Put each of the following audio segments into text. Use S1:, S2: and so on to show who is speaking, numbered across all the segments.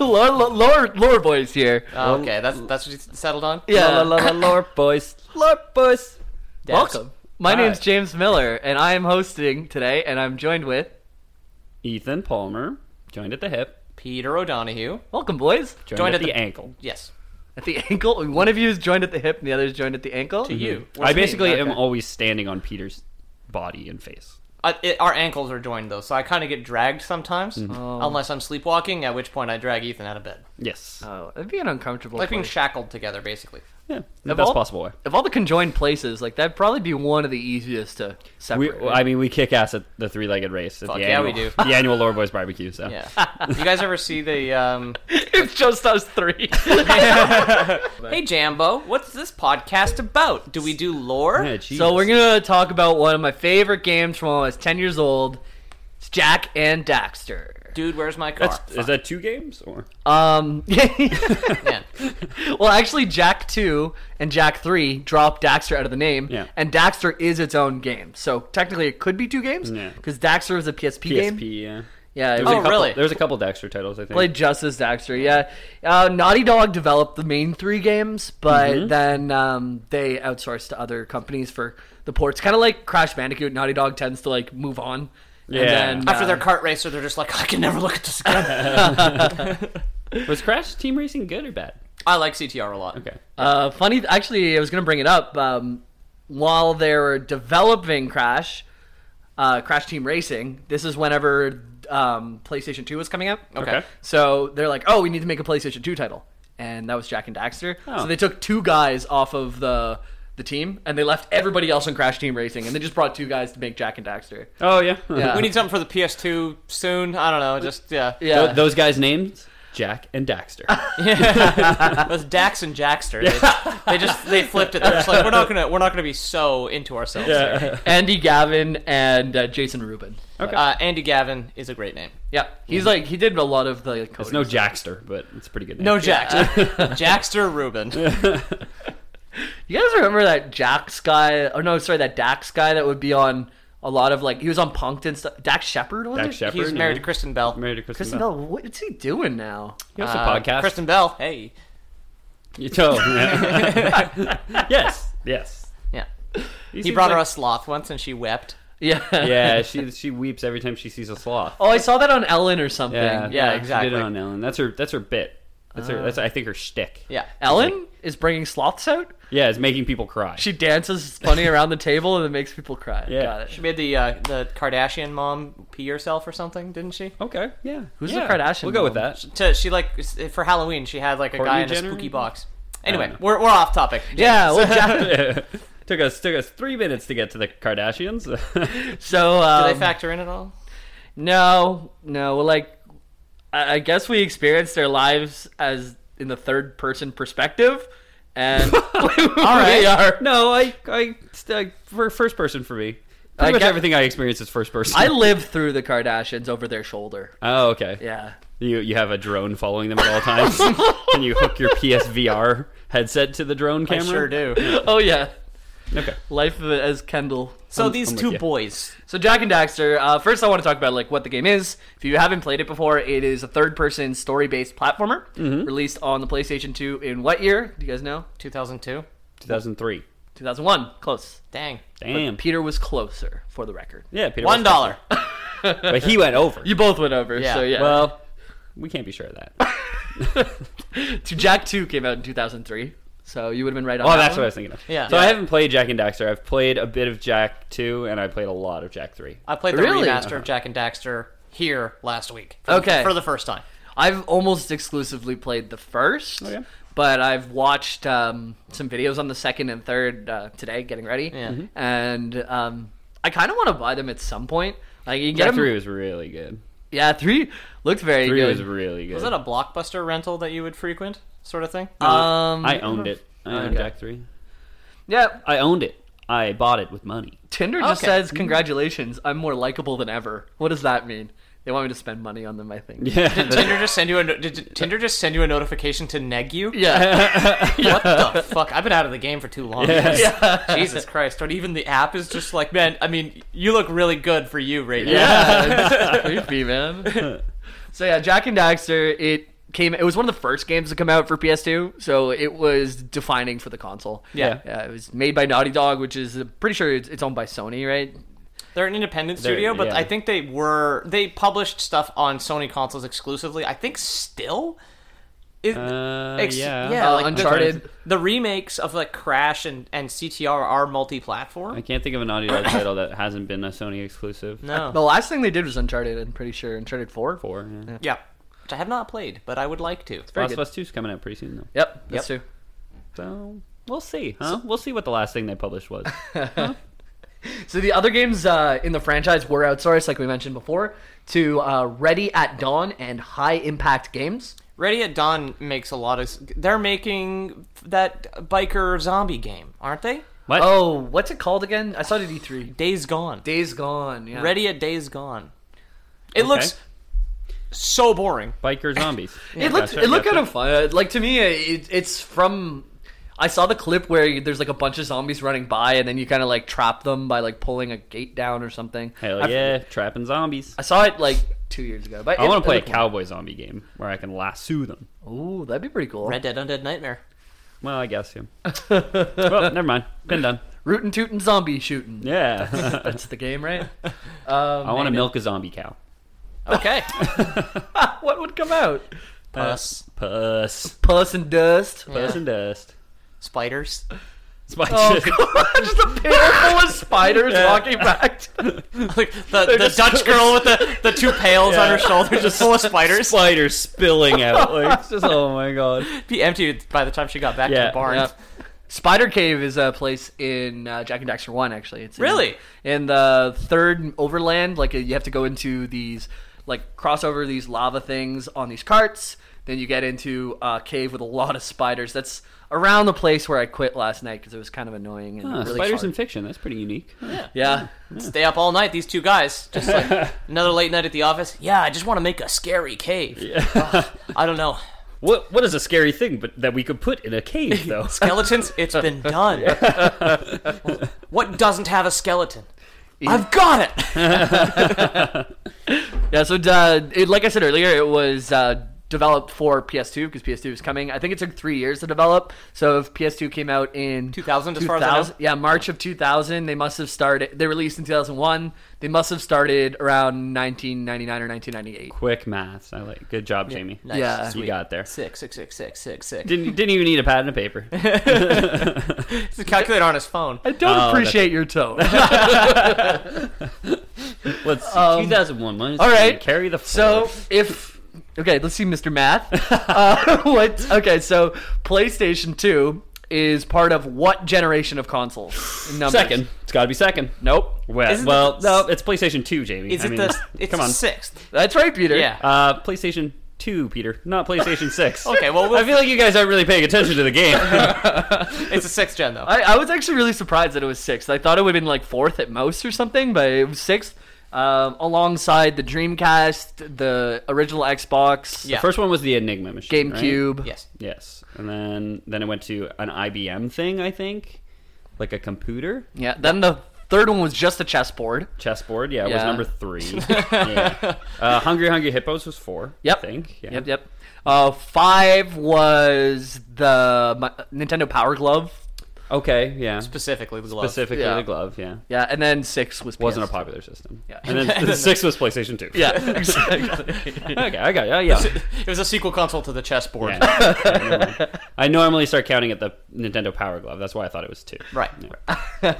S1: lower, lower, lower boys here.
S2: Oh, okay, that's that's what you settled on.
S1: Yeah.
S3: La, la, la, la, Lord boys. Lord boys.
S2: Yes.
S1: Welcome. My
S3: Hi.
S1: name's James Miller, and I am hosting today, and I'm joined with.
S3: Ethan Palmer joined at the hip,
S2: Peter O'Donohue.
S1: Welcome, boys.
S3: joined,
S2: Joined
S3: at,
S2: at
S3: the,
S2: the-
S3: ankle.
S2: Yes,
S1: At the ankle, one of you is joined at the hip, and the other is joined at the ankle.
S2: to you.
S3: I basically am
S1: Okay.
S3: always standing on Peter's body and face.
S2: I, it, our ankles are joined though, so I kind of get dragged sometimes, unless I'm sleepwalking, at which point I drag Ethan out of bed,
S3: Yes.
S1: Oh, that'd be an uncomfortable.
S2: like being
S1: place.
S2: shackled together, basically.
S3: yeah, the
S1: Of
S3: best
S1: all-
S3: possible way.
S1: Of all the conjoined places, like that'd probably be one of the easiest to
S3: We,
S1: separate.
S3: I mean, we kick ass at the three-legged race. At
S2: Fuck
S3: the
S2: yeah,
S3: annual,
S2: we do.
S3: The annual Lord Boys barbecue. So
S2: Yeah. you guys ever see the? Um...
S1: it's just us three.
S2: Hey Jambo, what's this podcast about? Do we do lore?
S3: Yeah, Jesus.
S1: so we're gonna talk about one of my favorite games from when I was ten years old. It's Jack and Daxter.
S2: Dude, where's my car?
S3: That's, is that two games or
S1: Um,
S2: Man.
S1: well, actually, Jack Two and Jack Three dropped Daxter out of the name,
S3: Yeah.
S1: and Daxter is its own game. So technically, it could be two games
S3: Yeah.
S1: because Daxter was a PSP,
S3: PSP?
S1: game.
S3: Yeah.
S1: Yeah, it
S3: There's a
S1: was
S2: Oh,
S3: couple,
S2: really?
S3: There's a couple Dexter titles. I think.
S1: played Justice Daxter. Yeah, uh, Naughty Dog developed the main three games, but
S3: Mm-hmm.
S1: then um, they outsourced to other companies for the ports. Kind of like Crash Bandicoot. Naughty Dog tends to like move on.
S3: Yeah.
S1: And then,
S2: After
S1: uh,
S2: their kart racer, they're just like, I can never look at this again.
S3: Was Crash Team Racing good or bad?
S2: I like CTR a lot.
S3: Okay.
S1: Uh, funny, actually, I was going to bring it up. Um, while they were developing Crash, uh, Crash Team Racing, this is whenever um, PlayStation 2 was coming out.
S2: Okay.
S3: Okay.
S1: So they're like, oh, we need to make a PlayStation 2 title. And that was Jack and Daxter.
S3: Oh.
S1: So they took two guys off of the the team and they left everybody else in Crash Team Racing and they just brought two guys to make Jack and Daxter.
S3: Oh yeah.
S1: Yeah.
S2: We need something for the PS2 soon. I don't know. Just yeah.
S1: Yeah.
S3: Tho- those guys' names: Jack and Daxter.
S2: Those Dax and Jackster, they, they just they flipped it. They're just like we're not gonna we're not gonna be so into ourselves. here."
S1: Andy Gavin and uh, Jason Rubin.
S2: Uh, Andy Gavin is a great name.
S1: Yeah. He's like, he did a lot of the like,
S3: Mm-hmm. It's no Jackster, but it's a pretty good. Name.
S2: No Jackster, Jackster Rubin.
S1: You guys remember that Jax guy? Oh no, sorry, that Dax guy that would be on a lot of like he was on Punked and stuff. Dax Shepard, wasn't
S3: Dax
S1: it?
S3: Shepard.
S2: He's married to Kristen Bell.
S3: Married to Kristen,
S1: Kristen
S3: Bell.
S1: Bell, what's he doing now?
S3: He also
S1: Uh,
S3: podcast.
S2: Kristen Bell. Hey.
S3: You tell. yes. Yes.
S2: Yeah.
S3: He,
S2: He
S3: seems
S2: brought her a
S3: like-
S2: sloth once, and she wept.
S1: Yeah.
S3: Yeah, she she weeps every time she sees a sloth.
S1: Oh, I saw that on Ellen or something.
S3: yeah,
S2: yeah,
S3: She
S2: exactly.
S3: did it on Ellen. That's her. That's her bit. That's her. That's I think her shtick.
S2: Yeah.
S1: Ellen is bringing sloths out.
S3: Yeah, it's making people cry.
S1: She dances funny around the table and it makes people cry.
S3: Yeah.
S1: Got it.
S2: She made the uh, the Kardashian mom pee herself or something, didn't she?
S3: okay. Yeah.
S1: Who's
S3: yeah.
S1: the Kardashian
S3: We'll go with
S1: mom?
S3: that.
S2: To, she like s- for Halloween, she had like a guy
S3: Kourtney
S2: in
S3: Jenner?
S2: a spooky box. Anyway,
S3: know.
S2: we're, we're off topic.
S1: Yeah. Well, Jack,
S3: took us took us three minutes to get to the Kardashians.
S1: so
S2: Did
S1: um,
S2: they factor in at all?
S1: no, no. Well, like I, I guess we experienced their lives as in the third person perspective, and all
S3: right.
S1: we are
S3: no, I I st- for first person for me. Pretty
S1: I
S3: much
S1: get-
S3: everything I experience is first person.
S1: I lived through the Kardashians over their shoulder.
S3: oh, okay.
S1: Yeah.
S3: You you have a drone following them at all times, and you hook your PSVR headset to the drone camera.
S2: I sure do.
S1: Oh yeah.
S3: Okay.
S1: Life of it as Kendall.
S2: So these
S3: I'm with
S2: two
S3: ya.
S2: boys.
S1: So Jack and Daxter. Uh, first, I want to talk about like what the game is. If you haven't played it before, it is a third-person story-based platformer released on the PlayStation 2 in what year? Do you guys know?
S2: 2002.
S3: 2003.
S1: 2001. Close.
S2: Dang.
S3: Damn.
S1: Peter was closer, for the record.
S3: yeah, Peter
S2: One
S3: One
S2: dollar.
S3: But he went over.
S1: You both went over.
S2: Yeah.
S1: So yeah.
S3: Well, we can't be sure of that.
S1: to Jack 2 came out in 2003. So you would have been right on.
S3: Oh,
S1: that
S3: that's
S1: one.
S3: what I was thinking of.
S2: Yeah.
S3: So I
S2: Yeah.
S3: haven't played Jack and Daxter. I've played a bit of Jack 2, and I played a lot of Jack 3.
S2: I played the
S1: Really?
S2: remaster of Jack and Daxter here last week. For
S1: Okay.
S2: The, for the first time.
S1: I've almost exclusively played the first, but I've watched um, some videos on the second and third uh, today, getting ready, and um, I kind of want to buy them at some point. Like you can get
S3: Jack
S1: 'em-
S3: 3 was really good.
S1: yeah, three looked very
S3: 3
S1: good.
S3: was really good.
S2: Was that a blockbuster rental that you would frequent, sort of thing?
S1: um,
S3: I owned it.
S2: Oh,
S3: I owned
S1: Okay.
S3: Jack 3.
S1: yeah,
S3: I owned it. I bought it with money.
S1: Tinder just
S2: Okay.
S1: says congratulations. I'm more likable than ever. What does that mean? They want me to spend money on them. I think. Yeah.
S2: did Tinder just send you a no- did Tinder just send you a notification to neg you?
S1: Yeah.
S2: What the fuck? I've been out of the game for too long. Jesus Christ! Don't even the app is just like, man. I mean, you look really good for you right now.
S1: Yeah, it's creepy, man. So yeah, Jack and Daxter. It came. It was one of the first games to come out for PS2, so it was defining for the console.
S2: Yeah.
S1: it was made by Naughty Dog, which is I'm pretty sure it's, it's owned by Sony, right?
S2: They're an independent studio, but
S3: yeah.
S2: I think they were they published stuff on Sony consoles exclusively. I think still. It,
S3: Uh,
S2: ex-
S3: yeah.
S1: Uh,
S2: like the-
S1: Uncharted.
S2: The, remakes of like Crash and, and CTR are multi-platform.
S3: I can't think of an Naughty Dog title that hasn't been a Sony exclusive.
S2: no,
S1: The last thing they did was Uncharted. I'm pretty sure Uncharted Four.
S3: Four. Yeah.
S2: yeah, which I have not played, but I would like to.
S3: Last
S1: good.
S3: of Us 2 's coming out pretty soon, though.
S1: Yep, that's true.
S3: So we'll see. Huh? we'll see what the last thing they published was.
S1: So the other games uh, in the franchise were outsourced, like we mentioned before, to uh, Ready at Dawn and High Impact Games.
S2: Ready at Dawn makes a lot of. s- They're making that biker zombie game, aren't they?
S3: What?
S1: Oh, what's it called again? I saw it at E3.
S2: Days Gone.
S1: Days Gone. Yeah.
S2: Ready at Days Gone. It looks so boring.
S3: biker zombies.
S1: it looked it looked kind of fun. Uh, Like to me, uh, it, it's from. I saw the clip where you- there's like a bunch of zombies running by, and then you kind of like trap them by like pulling a gate down or something.
S3: Hell
S1: I,
S3: yeah, trapping zombies.
S1: I saw it like two years ago, but
S3: I
S1: it-
S3: want to play
S1: it
S3: a cowboy zombie game where I can lasso them.
S1: looked- Ooh, that'd be pretty cool.
S2: Red Dead Undead Nightmare.
S3: Well, I guess yeah. well, never mind. Been done.
S1: Rootin' tootin' zombie shooting.
S3: Yeah.
S1: That's the game, right? Uh,
S3: I want to milk a zombie cow.
S2: Okay. Uh,
S1: what would come out?
S2: Puss.
S3: Puss.
S1: Puss and dust.
S3: Puss and dust.
S2: Spiders.
S3: Spices.
S1: Oh, Just a pair full of spiders walking back. to-
S2: Like the, the Dutch girl with the, the two pails on her shoulder just full of spiders.
S3: Spiders spilling out. Like, it's just, oh my god.
S2: Be emptied by the time she got back to
S3: Yeah,
S2: the barn.
S1: yeah. Spider Cave is a place in uh, Jack and Daxter One. Actually, it's in-
S2: Really?
S1: in the third overland. Like you have to go into these like cross over these lava things on these carts. Then you get into a cave with a lot of spiders. That's around the place where I quit last night because it was kind of annoying and
S3: Huh,
S1: really
S3: spiders
S1: hard.
S3: in fiction. That's pretty unique.
S1: yeah.
S2: Stay up all night, these two guys. Just like another late night at the office. Yeah, I just want to make a scary cave. Ugh, I don't know.
S3: What What is a scary thing, but that we could put in a cave though?
S2: Skeletons, it's been done. what doesn't have a skeleton?
S3: E
S2: I've got it.
S1: Yeah, so uh, it, like I said earlier, it was uh, developed for PS2 because PS2 is coming. I think it took three years to develop. So if PS2 came out in
S2: 2000, as far as I know?
S1: 2000 yeah, March of 2000, they must have started. They released in 2001. They must have started around 1999 or 1998.
S3: Quick maths. I like. Good job, Jamie.
S2: Nice,
S1: Yeah.
S3: You
S2: sweet.
S3: got there.
S2: Six, six, six, six, six, six.
S3: Didn't Didn't even need a pad and a paper.
S2: It's a calculator on his phone.
S1: I don't
S3: that's-
S1: appreciate your tone.
S3: Let's see.
S2: Um,
S3: 2001. Minus
S1: all right.
S3: Carry the.
S1: So
S3: Floor.
S1: if okay, let's see, Mr. Math. uh, what? Okay, so PlayStation 2 is part of what generation of consoles? In numbers?
S3: second. It's got to be second.
S1: Nope.
S3: Well,
S2: Isn't
S3: well
S2: it-
S3: no, it's PlayStation 2, Jamie.
S2: Is
S3: I
S2: it
S3: mean,
S2: the? It's
S3: come on.
S2: the sixth.
S1: That's right, Peter.
S2: Yeah.
S3: Uh, PlayStation 2, Peter, not PlayStation 6.
S2: Okay. Well, we'll
S3: I feel like you guys aren't really paying attention to the game.
S2: it's a sixth gen though.
S1: I, I was actually really surprised that it was sixth. I thought it would have been like fourth at most or something, but it was sixth. Um, alongside the Dreamcast, the original Xbox,
S2: Yeah.
S3: First one was the Enigma machine. right?
S1: GameCube.
S2: yes.
S3: Yes, and then then it went to an IBM thing, I think, like a computer
S1: Yeah. Then the third one was just a chessboard.
S3: chessboard. Yeah, it was
S1: Yeah.
S3: number three. yeah. uh, Hungry Hungry Hippos was four.
S1: Yep.
S3: I think. Yeah.
S1: Yep, yep. Uh, five was the Mi- Nintendo Power Glove.
S3: Okay, yeah.
S2: specifically the glove.
S3: Specifically
S1: Yeah.
S3: the glove, yeah.
S1: Yeah, and then six was
S3: Wasn't
S1: PS2.
S3: a popular system.
S1: Yeah.
S3: And then the six was PlayStation 2.
S1: Yeah, exactly.
S3: Okay, I got it. Yeah, yeah.
S2: It was a sequel console to the chessboard.
S3: Yeah, never mind. I normally start counting at the Nintendo Power Glove. That's why I thought it was two.
S2: Right.
S3: Yeah.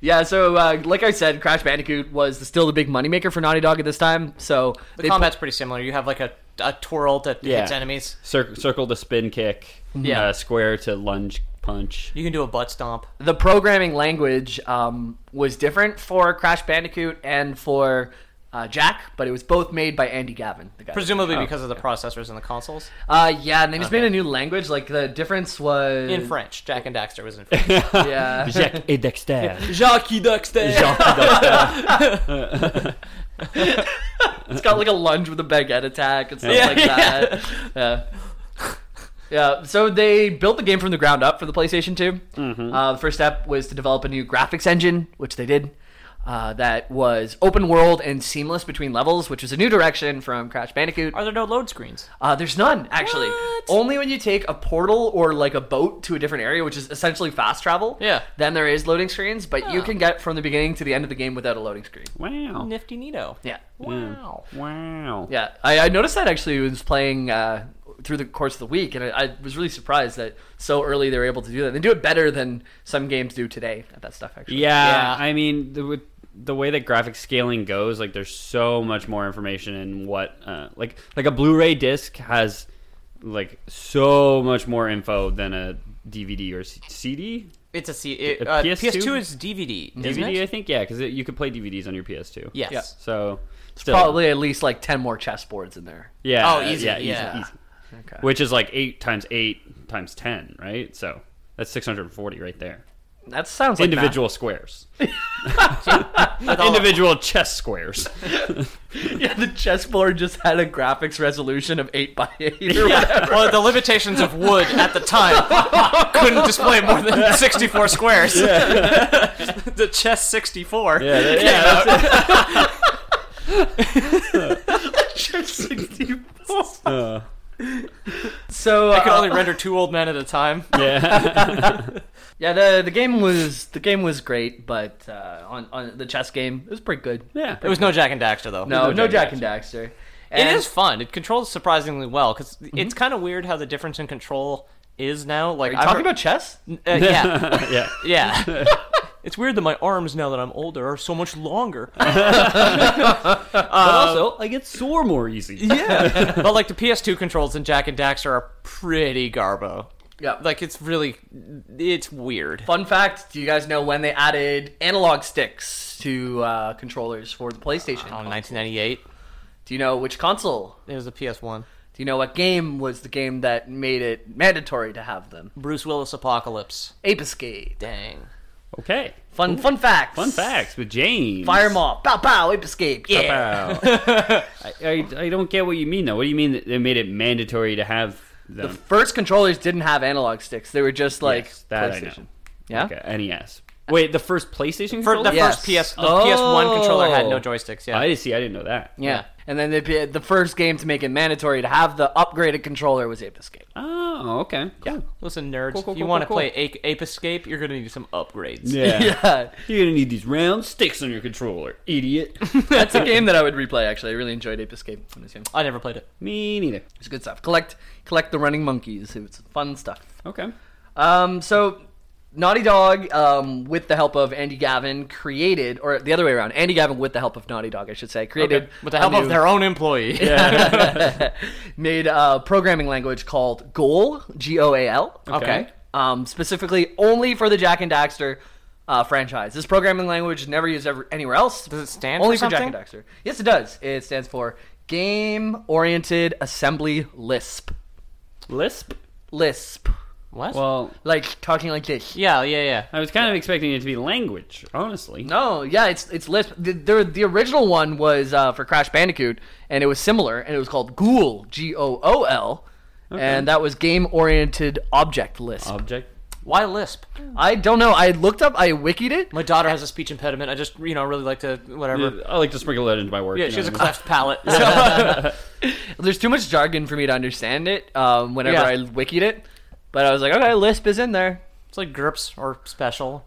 S1: yeah, so uh, like I said, Crash Bandicoot was still the big moneymaker for Naughty Dog at this time. So
S2: The
S1: they put-
S2: combat's pretty similar. You have like a, a twirl that
S3: Yeah.
S2: hits enemies.
S3: Cir- circle to spin kick.
S1: Mm-hmm. Yeah.
S3: Uh, square to lunge punch.
S2: You can do a butt stomp.
S1: the programming language um, was different for Crash Bandicoot and for uh, Jack, but it was both made by Andy Gavin. The guy.
S2: Presumably because of the processors and the consoles.
S1: Uh, yeah, and they just made a new language. Like the difference was
S2: In French. Jack and Daxter was in French.
S1: Yeah,
S3: Jack E. et Dexter.
S2: Jacques Daxter!
S1: it's got like a lunge with a baguette attack and stuff
S2: Yeah,
S1: like that. Yeah. Yeah, so they built the game from the ground up for the PlayStation 2.
S2: Mm-hmm.
S1: Uh, the first step was to develop a new graphics engine, which they did. Uh, that was open world and seamless between levels, which was a new direction from Crash Bandicoot.
S2: Are there no load screens?
S1: Uh, there's none actually.
S2: What?
S1: Only when you take a portal or like a boat to a different area, which is essentially fast travel.
S2: Yeah.
S1: Then there is loading screens, but you can get from the beginning to the end of the game without a loading screen.
S3: Wow.
S2: Nifty Nito.
S1: Yeah. Mm.
S2: Wow.
S3: Wow.
S1: Yeah. I, I noticed that actually was playing uh, through the course of the week, and I, I was really surprised that so early they were able to do that. They do it better than some games do today at that stuff. Actually.
S2: Yeah.
S3: Yeah, I mean the with the way that graphic scaling goes, like there's so much more information in what uh, like like a Blu-ray disc has like so much more info than a DVD or C- CD.
S2: It's a, C- it,
S3: A
S2: uh,
S3: PS2?
S2: PS2? is DVD. Isn't
S3: DVD, I
S2: it?
S3: think, yeah, because you could play DVDs on your PS2.
S2: Yes.
S1: Yeah.
S3: So still,
S1: Probably at least like ten more chessboards in there.
S3: yeah, uh,
S2: Oh, easy,
S3: yeah,
S2: yeah.
S3: easy, easy. Which is like eight times eight times ten, right? So that's six hundred and forty right there.
S1: That sounds like math.
S3: individual squares, individual chess squares.
S1: Yeah, the chessboard just had a graphics resolution of eight by eight or whatever.
S2: Yeah. Well, the limitations of wood at the time couldn't display more than 64 squares. the chess 64.
S3: Yeah, that- yeah, that's it. Uh,
S1: So
S2: I could
S1: uh,
S2: only render two old men at a time.
S3: yeah.
S1: yeah, the the game was the game was great, but uh, on on the chess game it was pretty good.
S3: Yeah.
S2: It was no Jack and Daxter, though.
S1: No,
S3: no
S1: no Jack
S3: Jack
S1: and Daxter.
S2: It
S1: And Mm-hmm.
S2: is fun. It controls surprisingly well because it's kind of weird how the difference in control is now. Like
S1: Are you
S2: I've
S1: talking
S2: heard-
S1: about chess?
S2: uh, yeah,
S3: yeah.
S2: yeah. it's weird that my arms now that I'm older are so much longer.
S3: But also, I get sore more easy.
S2: yeah, but like the PS2 controls in Jack and Daxter are pretty garbo.
S1: Yeah.
S2: like it's really it's weird.
S1: Fun fact: Do you guys know when they added analog sticks to uh, controllers for the PlayStation?
S2: On 1998,
S1: Do you know which console?
S2: it was the PS1.
S1: Do you know what game was the game that made it mandatory to have them?
S2: Bruce Willis Apocalypse.
S1: Ape Escape.
S2: Dang.
S3: Okay.
S1: Fun fun facts.
S3: Fun facts with James.
S1: Fire 'em all. Pow pow. Ape Escape. Yeah.
S3: Wow. I, I, I don't get what you mean though. What do you mean that they made it mandatory to have them?
S1: First controllers didn't have analog sticks. They were just like
S3: Yes, that I know.
S1: PlayStation. Yeah.
S3: okay, NES. Wait, the first PlayStation
S2: For the
S3: controller?
S1: Yes.
S2: first PS, the
S1: Oh.
S2: PS1 controller had no joysticks. Yeah,
S3: Oh. I didn't see. I didn't know that.
S1: Yeah. And then the the first game to make it mandatory to have the upgraded controller was Ape Escape.
S3: Oh, okay. Cool.
S2: Listen, nerds,
S3: Cool, cool,
S2: if you
S3: cool,
S2: want to
S3: cool,
S2: play Ape, Ape Escape, you're going to need some upgrades.
S3: Yeah.
S1: Yeah.
S3: You're gonna need these round sticks on your controller, idiot.
S1: That's a game that I would replay actually. I really enjoyed Ape Escape on this game.
S2: I never played it.
S3: Me neither.
S1: It's good stuff. Collect collect the running monkeys. It's fun stuff.
S3: Okay.
S1: Um so Naughty Dog, um, with the help of Andy Gavin, created, or the other way around, Andy Gavin, with the help of Naughty Dog, I should say, created
S2: With the
S1: a
S2: help
S1: new-
S2: of their own employee.
S1: made a programming language called Goal, G O A L.
S3: Okay.
S1: Um, specifically, only for the Jack and Daxter uh, franchise. This programming language is never used ever, anywhere else.
S2: Does it stand
S1: only
S2: for
S1: Jack and Daxter? Yes, it does. It stands for Game Oriented Assembly Lisp.
S3: Lisp.
S1: Lisp,
S2: What?
S3: Well,
S1: like talking like this.
S2: yeah, yeah, yeah.
S3: I was kind of expecting it to be language, honestly.
S1: No, yeah, it's it's Lisp. The, the, the original one was uh, for Crash Bandicoot, and it was similar, and it was called Ghoul, G O O L, and that was Game Oriented Object Lisp.
S3: Object.
S2: Why Lisp?
S1: I don't know. I looked up. I wikied it.
S2: My daughter has a speech impediment. I just, you know, really like to, whatever.
S3: I like to sprinkle that into my work.
S2: Yeah,
S3: you
S2: she
S3: know
S2: has a
S3: what I mean?
S2: cleft palate.
S1: There's too much jargon for me to understand it. Um, whenever
S2: Yeah.
S1: I wikied it, but I was like, okay, Lisp is in there.
S2: It's like GURPS or special.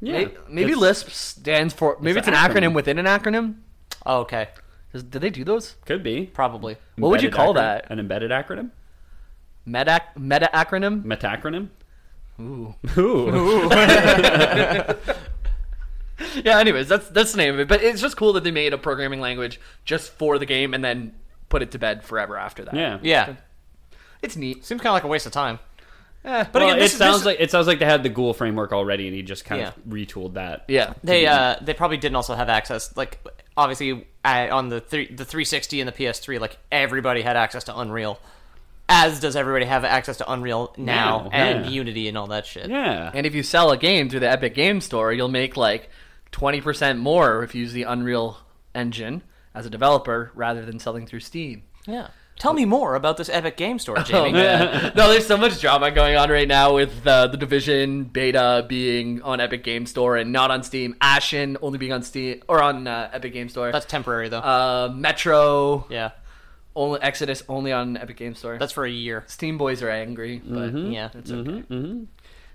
S3: Yeah.
S1: May- Maybe
S3: It's-
S1: Lisp stands for maybe
S3: it's
S1: it's,
S3: an
S1: an
S3: acronym.
S1: acronym within an acronym.
S2: Oh, okay,
S1: Does, did they do those?
S3: could be.
S2: probably.
S1: What would you
S3: Embedded
S1: call
S3: acronym?
S1: that?
S3: An embedded acronym?
S1: Meta meta acronym?
S3: Metacronym?
S1: Ooh.
S3: Ooh.
S1: Yeah. Anyways, that's that's the name of it. But it's just cool that they made a programming language just for the game and then put it to bed forever after that.
S3: yeah.
S2: Yeah,
S1: It's neat.
S2: seems kind of like a waste of time.
S1: Eh,
S2: But
S3: Well,
S2: again, this
S3: it
S2: is-
S3: sounds
S2: this-
S3: like it sounds like they had the Ghoul framework already, and he just kind of retooled that.
S1: yeah.
S2: They uh they probably didn't also have access like obviously I, on the three, the 360 and the PS3 like everybody had access to Unreal, as does everybody have access to Unreal now
S3: Now,
S2: and
S3: yeah.
S2: Unity and all that shit.
S3: Yeah.
S1: And if you sell a game through the Epic Game Store, you'll make like 20% more if you use the Unreal Engine as a developer rather than selling through Steam.
S2: Yeah. Tell me more about this Epic Game Store, Jamie.
S1: no, there's so much drama going on right now with uh, the Division beta being on Epic Game Store and not on Steam. Ashen only being on Steam or on uh, Epic Game Store.
S2: That's temporary though.
S1: uh, Metro
S2: yeah.
S1: only Exodus only on Epic Game Store.
S2: That's for a year.
S1: Steam boys are angry, but
S3: Mm-hmm,
S2: Yeah.
S1: That's okay.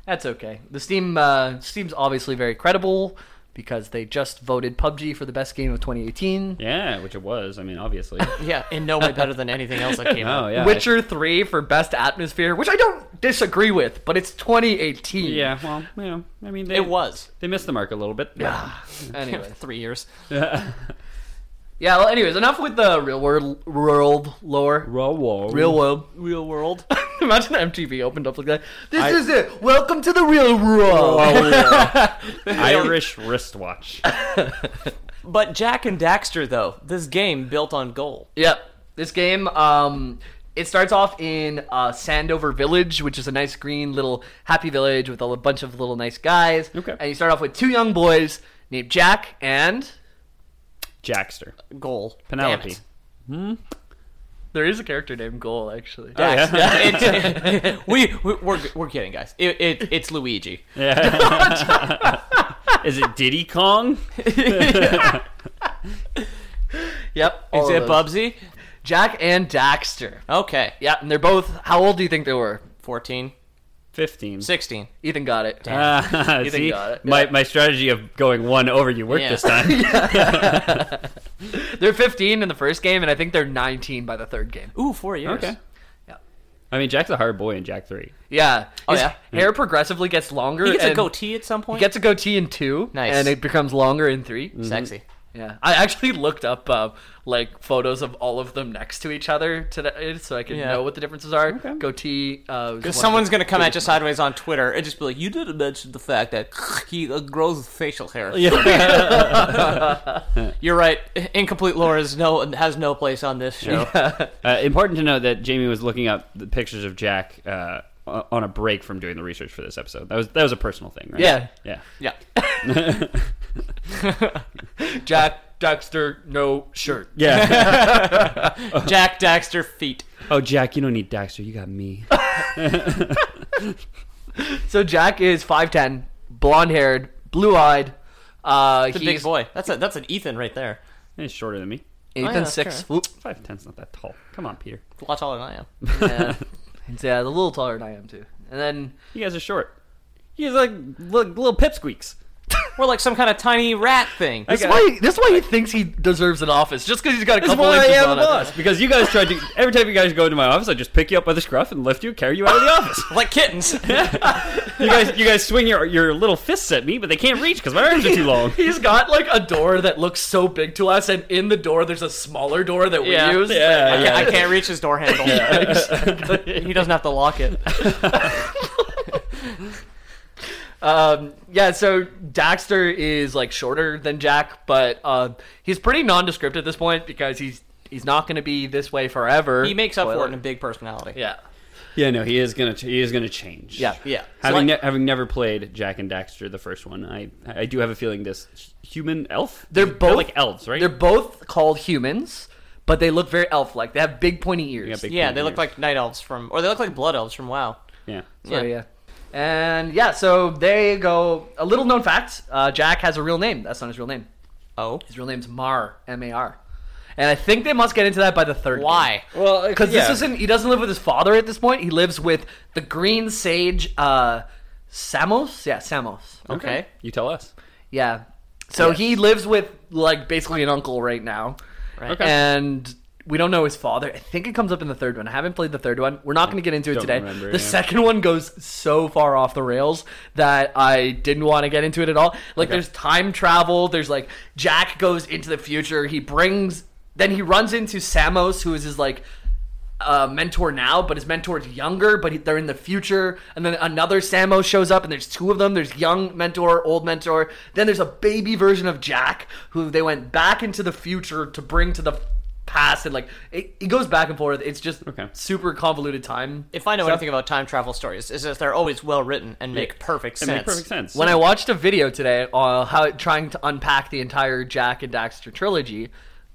S1: That's okay. The Steam uh, Steam's obviously very credible because they just voted PUBG for the best game of 2018.
S3: Yeah, which it was. I mean, obviously.
S2: Yeah, in no way better than anything else that came
S3: oh
S2: out.
S3: yeah.
S1: Witcher 3 for best atmosphere, which I don't disagree with, but it's 2018.
S3: Yeah. Well, you know, I mean, they,
S2: It was
S3: They missed the mark a little bit. Yeah.
S1: Anyways.
S2: three years.
S1: Yeah, well anyways, enough with the real world world lore.
S3: Whoa, whoa.
S1: Real world.
S2: Real world.
S1: Imagine MTV opened up like that. This is it. Welcome to the real world.
S3: Irish wristwatch.
S2: But Jack and Daxter though, this game built on goal.
S1: Yep. This game, um, it starts off in uh, Sandover Village, which is a nice green little happy village with a li- bunch of little nice guys.
S3: Okay.
S1: And you start off with two young boys named Jack and
S3: Jackster.
S2: Goal.
S3: Penelope.
S1: there is a character named Goal actually.
S2: Dax. It- we, we we're we're kidding, guys. It, it it's Luigi.
S3: Is it Diddy Kong?
S1: Yep. all
S2: Is
S1: of
S2: it
S1: those.
S2: Bubsy?
S1: Jack and Daxter.
S2: Okay.
S1: Yeah, and they're both. How old do you think they were?
S2: 14,
S3: 15.
S2: 16.
S1: Ethan got it.
S3: Ah,
S1: Ethan
S3: see,
S1: got it.
S3: my, my strategy of going one over you worked
S2: Yeah.
S3: this time.
S1: They're 15 in the first game, and I think they're 19 by the third game.
S2: Ooh, four years.
S3: Okay.
S1: Yeah.
S3: I mean, Jack's a hard boy in Jack 3.
S1: Yeah.
S2: Oh,
S1: His
S2: yeah?
S1: Hair progressively gets longer.
S2: He gets a
S1: and-
S2: goatee at some
S1: He
S2: point.
S1: gets a goatee in two.
S2: Nice. Mm.
S1: And it becomes longer in 3
S2: sexy.
S1: Yeah, I actually looked up uh, like photos of all of them next to each other today, so I could
S2: Yeah.
S1: know what the differences are.
S3: Okay.
S1: Goatee. Uh,
S2: Because someone's gonna come at you sideways on Twitter and just be like, "You didn't mention the fact that he uh, grows facial hair." You're right. Incomplete lore is no has no place on this show.
S3: Uh, important to note that Jamie was looking up the pictures of Jack uh, o- on a break from doing the research for this episode. That was that was a personal thing, right?
S1: Yeah.
S3: yeah.
S2: Yeah.
S1: Jack Dexter no shirt.
S3: Yeah.
S2: Jack Daxter feet.
S3: oh, Jack, you don't need Daxter. You got me.
S1: So Jack is five ten, blonde haired, blue eyed. Uh,
S2: The
S1: he's
S2: big boy. That's a that's an Ethan right there.
S3: He's shorter than me.
S1: Ethan
S2: Oh, yeah,
S1: six.
S2: okay.
S1: Whoop.
S3: Five ten's not that tall. Come on, Peter.
S2: A lot taller than I am.
S1: Yeah. He's, yeah, a little taller than I am too. And then
S3: You guys are short. You guys are like li- little pipsqueaks.
S2: We're like some kind of tiny rat thing.
S1: this is why this is why he thinks he deserves an office just because he's got a
S3: That's
S1: couple
S3: why I
S1: inches
S3: am the
S1: on it.
S3: boss. Because you guys tried to. Every time you guys go into my office, I just pick you up by the scruff and lift you, carry you out of the office.
S2: like kittens.
S3: You guys, you guys swing your your little fists at me, but they can't reach because my arms are too long.
S1: He's got like a door that looks so big to us, and in the door there's a smaller door that we
S2: Yeah.
S1: use.
S3: Yeah,
S2: I, can't, I can't reach his door handle. he doesn't have to lock it.
S1: Um, yeah, so Daxter is like shorter than Jack, but uh, he's pretty nondescript at this point because he's he's not going to be this way forever.
S2: He makes up for
S1: Spoiler.
S2: it in a big personality.
S1: Yeah,
S3: Yeah, no, he is gonna ch- he is gonna change.
S1: Yeah.
S2: Yeah.
S3: Having
S2: So, like-
S3: ne- having never played Jack and Daxter, the first one, I I do have a feeling this h- human elf.
S1: they're both
S3: like elves, right?
S1: They're both called humans, but they look very elf-like. They have big pointy ears.
S3: Yeah, big
S2: yeah,
S3: pointy
S2: they look
S3: ears.
S2: like night elves from, or they look like blood elves from WoW.
S3: yeah.
S1: So, yeah. And yeah, so there you go. A little known fact: uh, Jack has a real name. That's not his real name.
S2: Oh,
S1: His real name's Mar, M A R. And I think they must get into that by the third.
S2: Why?
S1: Game. Well, because
S3: yeah.
S1: this isn't. He doesn't live with his father at this point. He lives with the Green Sage uh, Samos? Yeah, Samos.
S2: Okay.
S3: You tell us.
S1: Yeah. So he lives with like basically an uncle right now.
S2: Right.
S3: Okay.
S1: And we don't know his father. I think it comes up in the third one. I haven't played the third one. We're not going to get into it
S3: Don't
S1: today.
S3: remember,
S1: the
S3: yeah.
S1: second one goes so far off the rails that I didn't want to get into it at all. Like there's time travel, there's like Jack goes into the future, he brings then he runs into Samos who is his like uh, mentor now, but his mentor's younger, but he- they're in the future. And then another Samo shows up, and there's two of them. There's young mentor, old mentor. Then there's a baby version of Jack, who they went back into the future to bring to the past. And like, it, it goes back and forth. It's just
S3: Okay.
S1: super convoluted time.
S2: If I know anything about time travel stories, is that they're always well written and make perfect
S3: It
S2: sense.
S3: makes perfect sense.
S1: When I watched a video today on how it, trying to unpack the entire Jack and Daxter trilogy,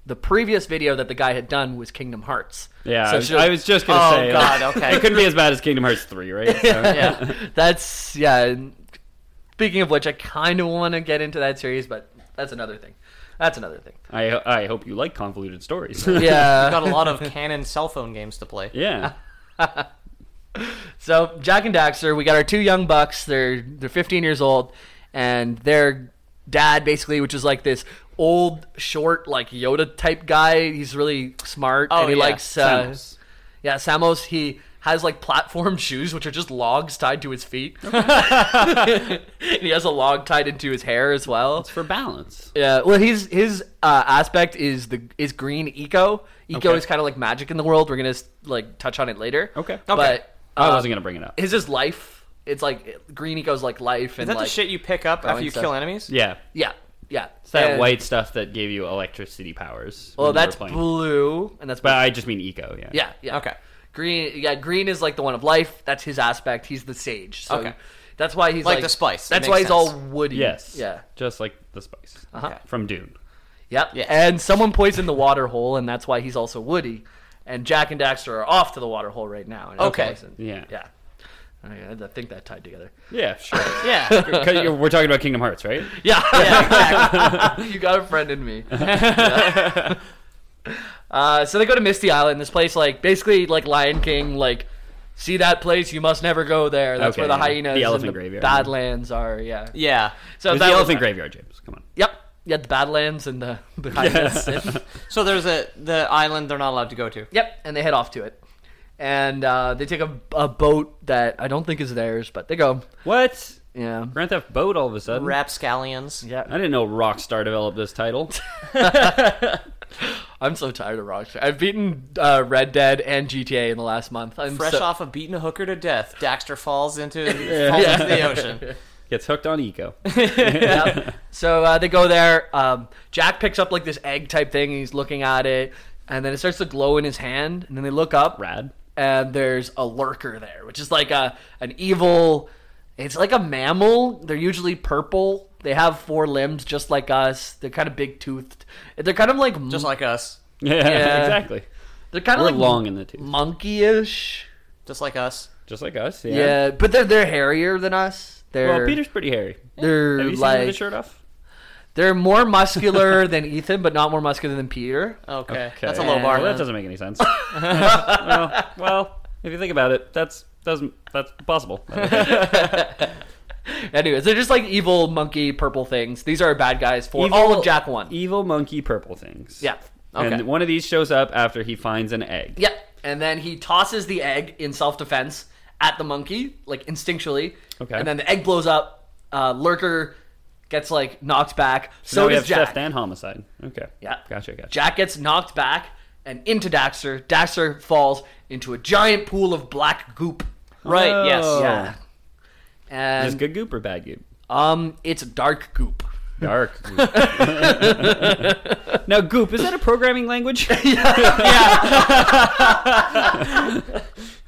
S1: the previous video that the guy had done was Kingdom Hearts.
S3: yeah,
S1: So
S3: I was,
S1: should-
S3: I was just
S2: Oh,
S3: gonna say.
S2: God,
S3: like,
S2: okay.
S3: It couldn't be as bad as Kingdom Hearts three, right? So-
S2: Yeah.
S1: That's yeah. and Speaking of which, I kind of want to get into that series, but that's another thing. That's another thing.
S3: I I hope you like convoluted stories.
S1: Yeah.
S2: Got a lot of canon cell phone games to play.
S3: yeah.
S1: so Jack and Daxter, we got our two young bucks. They're they're 15 years old, and their dad basically, which is like this old, short, like Yoda type guy. He's really smart,
S2: Oh,
S1: and he
S2: yeah,
S1: likes uh,
S2: Samus.
S1: yeah Samos. He has like platform shoes, which are just logs tied to his feet. and he has a log tied into his hair as well.
S3: It's for balance.
S1: Yeah, well, his his uh, aspect is the is green eco. Eco
S3: Okay.
S1: is kind of like magic in the world. We're gonna like touch on it later.
S3: Okay. Okay.
S1: But
S3: I
S1: uh,
S3: wasn't gonna bring it up.
S1: his is life. It's like green eco's like life and
S2: Is that
S1: like
S2: the shit you pick up after
S1: and
S2: you
S1: stuff.
S2: kill enemies?
S3: Yeah.
S1: yeah yeah.
S3: It's that
S1: And-
S3: white stuff that gave you electricity powers.
S1: Well,
S3: when you were
S1: that's
S3: playing.
S1: blue and that's
S3: But I just mean eco. Yeah.
S1: yeah yeah
S2: Okay.
S1: Green yeah green is like the one of life. That's his aspect. He's the sage. So
S2: Okay.
S1: That's why he's
S2: Like
S1: like,
S2: the spice. It
S1: That's
S2: makes
S1: why he's all
S2: sense.
S1: woody.
S3: Yes.
S1: Yeah.
S3: Just like the spice
S2: Uh-huh.
S3: from Dune.
S1: Yep.
S2: Yeah.
S1: And someone poisoned the water hole, and that's why he's also Woody. And Jack and Daxter are off to the water hole right now. and it's
S2: Okay.
S1: poisoned.
S3: Yeah.
S1: Yeah. I I think that tied together.
S3: Yeah. Sure.
S2: Yeah.
S3: 'Cause you're- we're talking about Kingdom Hearts, right?
S1: Yeah.
S2: yeah, exactly.
S1: you got a friend in me. Yeah. uh, so they go to Misty Island, this place, like, basically, like Lion King, like, see that place? You must never go there. That's
S3: Okay,
S1: where the
S3: yeah.
S1: hyenas
S3: The elephant
S1: and the
S3: graveyard.
S1: Badlands are. Yeah.
S2: yeah.
S1: So
S3: It's
S1: that
S3: the
S1: was-
S3: elephant graveyard, James. Come on.
S1: Yep. Yeah, the Badlands and the, the hyenas.
S2: So there's a the island they're not allowed to go to.
S1: Yep, and they head off to it. And uh, they take a, a boat that I don't think is theirs, but they go.
S3: What?
S1: Yeah.
S3: Grand Theft Boat all of a sudden.
S2: Rapscallions.
S3: I didn't know Rockstar developed this title.
S1: I'm so tired of Rockstar. I've beaten uh, Red Dead and GTA in the last month. I'm
S2: Fresh
S1: so-
S2: off of beating a hooker to death, Daxter falls into falls into the ocean.
S3: Gets hooked on eco.
S1: So uh, they go there. Um, Jack picks up like this egg type thing, and he's looking at it, and then it starts to glow in his hand. And then they look up,
S3: Rad.
S1: and there's a lurker there, which is like a an evil. It's like a mammal. They're usually purple. They have four limbs, just like us. They're kind of big toothed. They're kind of like
S2: Just like us.
S3: Yeah,
S1: Yeah.
S3: exactly.
S1: they're kind
S3: We're
S1: of like
S3: long in the tooth,
S1: monkeyish.
S2: Just like us.
S3: just like us. Yeah.
S1: Yeah. but they're they're hairier than us. They're
S3: Well, Peter's pretty hairy.
S1: they're
S3: Have you seen him with
S1: like
S3: his shirt off?
S1: they're more muscular than Ethan, but not more muscular than Peter.
S2: Okay.
S3: Okay.
S2: That's a low bar.
S3: Well, that
S2: then.
S3: doesn't make any sense. well, well, if you think about it, that's doesn't that's possible.
S1: Anyways, they're just like evil monkey purple things. These are bad guys for all of Jack One.
S3: Evil monkey purple things.
S1: Yeah.
S2: Okay.
S3: And one of these shows up after he finds an egg.
S1: Yep. And then he tosses the egg in self defense at the monkey, like instinctually.
S3: Okay.
S1: And then the egg blows up. Uh, Lurker gets like knocked back. So,
S3: So now we
S1: does
S3: have
S1: Jack.
S3: theft and homicide. Okay.
S1: Yeah.
S3: Gotcha. Gotcha.
S1: Jack gets knocked back and into Daxter. Daxter falls into a giant pool of black goop.
S2: Right, yes.
S3: Oh.
S1: Yeah.
S3: Is
S1: And
S3: good goop or bad goop?
S1: um, it's dark goop.
S3: Dark. Goop. now, goop is that a programming language?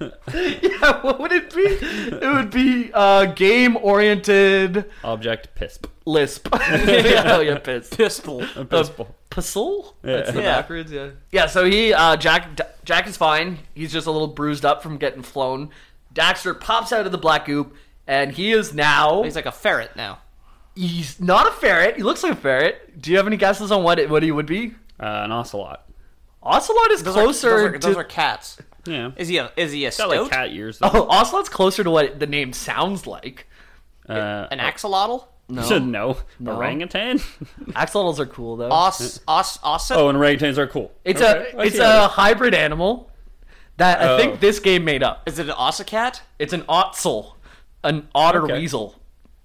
S1: yeah, what would it be? It would be uh, game oriented
S3: Object pisp.
S1: Lisp. yeah, oh, yeah, piss.
S2: Pistol.
S3: Pispal.
S1: Puzzle?
S3: That's the
S2: Yeah.
S1: backwards, yeah. Yeah, so he uh Jack Jack is fine. He's just a little bruised up from getting flown. Daxter pops out of the black goop and he is now
S2: He's like a ferret now.
S1: he's not a ferret. He looks like a ferret. Do you have any guesses on what it, what he would be?
S3: Uh, an ocelot.
S1: Ocelot is
S2: Those are-
S1: closer
S2: those are,
S1: to
S2: those are cats.
S3: Yeah.
S2: Is he a is he a
S3: got
S2: stoat?
S3: like cat ears. Though.
S1: Oh, Ocelot's closer to what the name sounds like.
S3: Uh,
S2: An axolotl?
S3: no.
S1: No.
S3: Orangutan?
S1: Axolotls are cool though.
S2: Os, os, os.
S3: oh, and orangutans are cool.
S1: It's
S3: Okay,
S1: a
S3: I
S1: it's
S3: see
S1: a
S3: that.
S1: hybrid animal that I
S3: Oh.
S1: think this game made up.
S2: Is it an ossacat?
S1: It's an otzel, an otter
S3: Okay.
S1: weasel.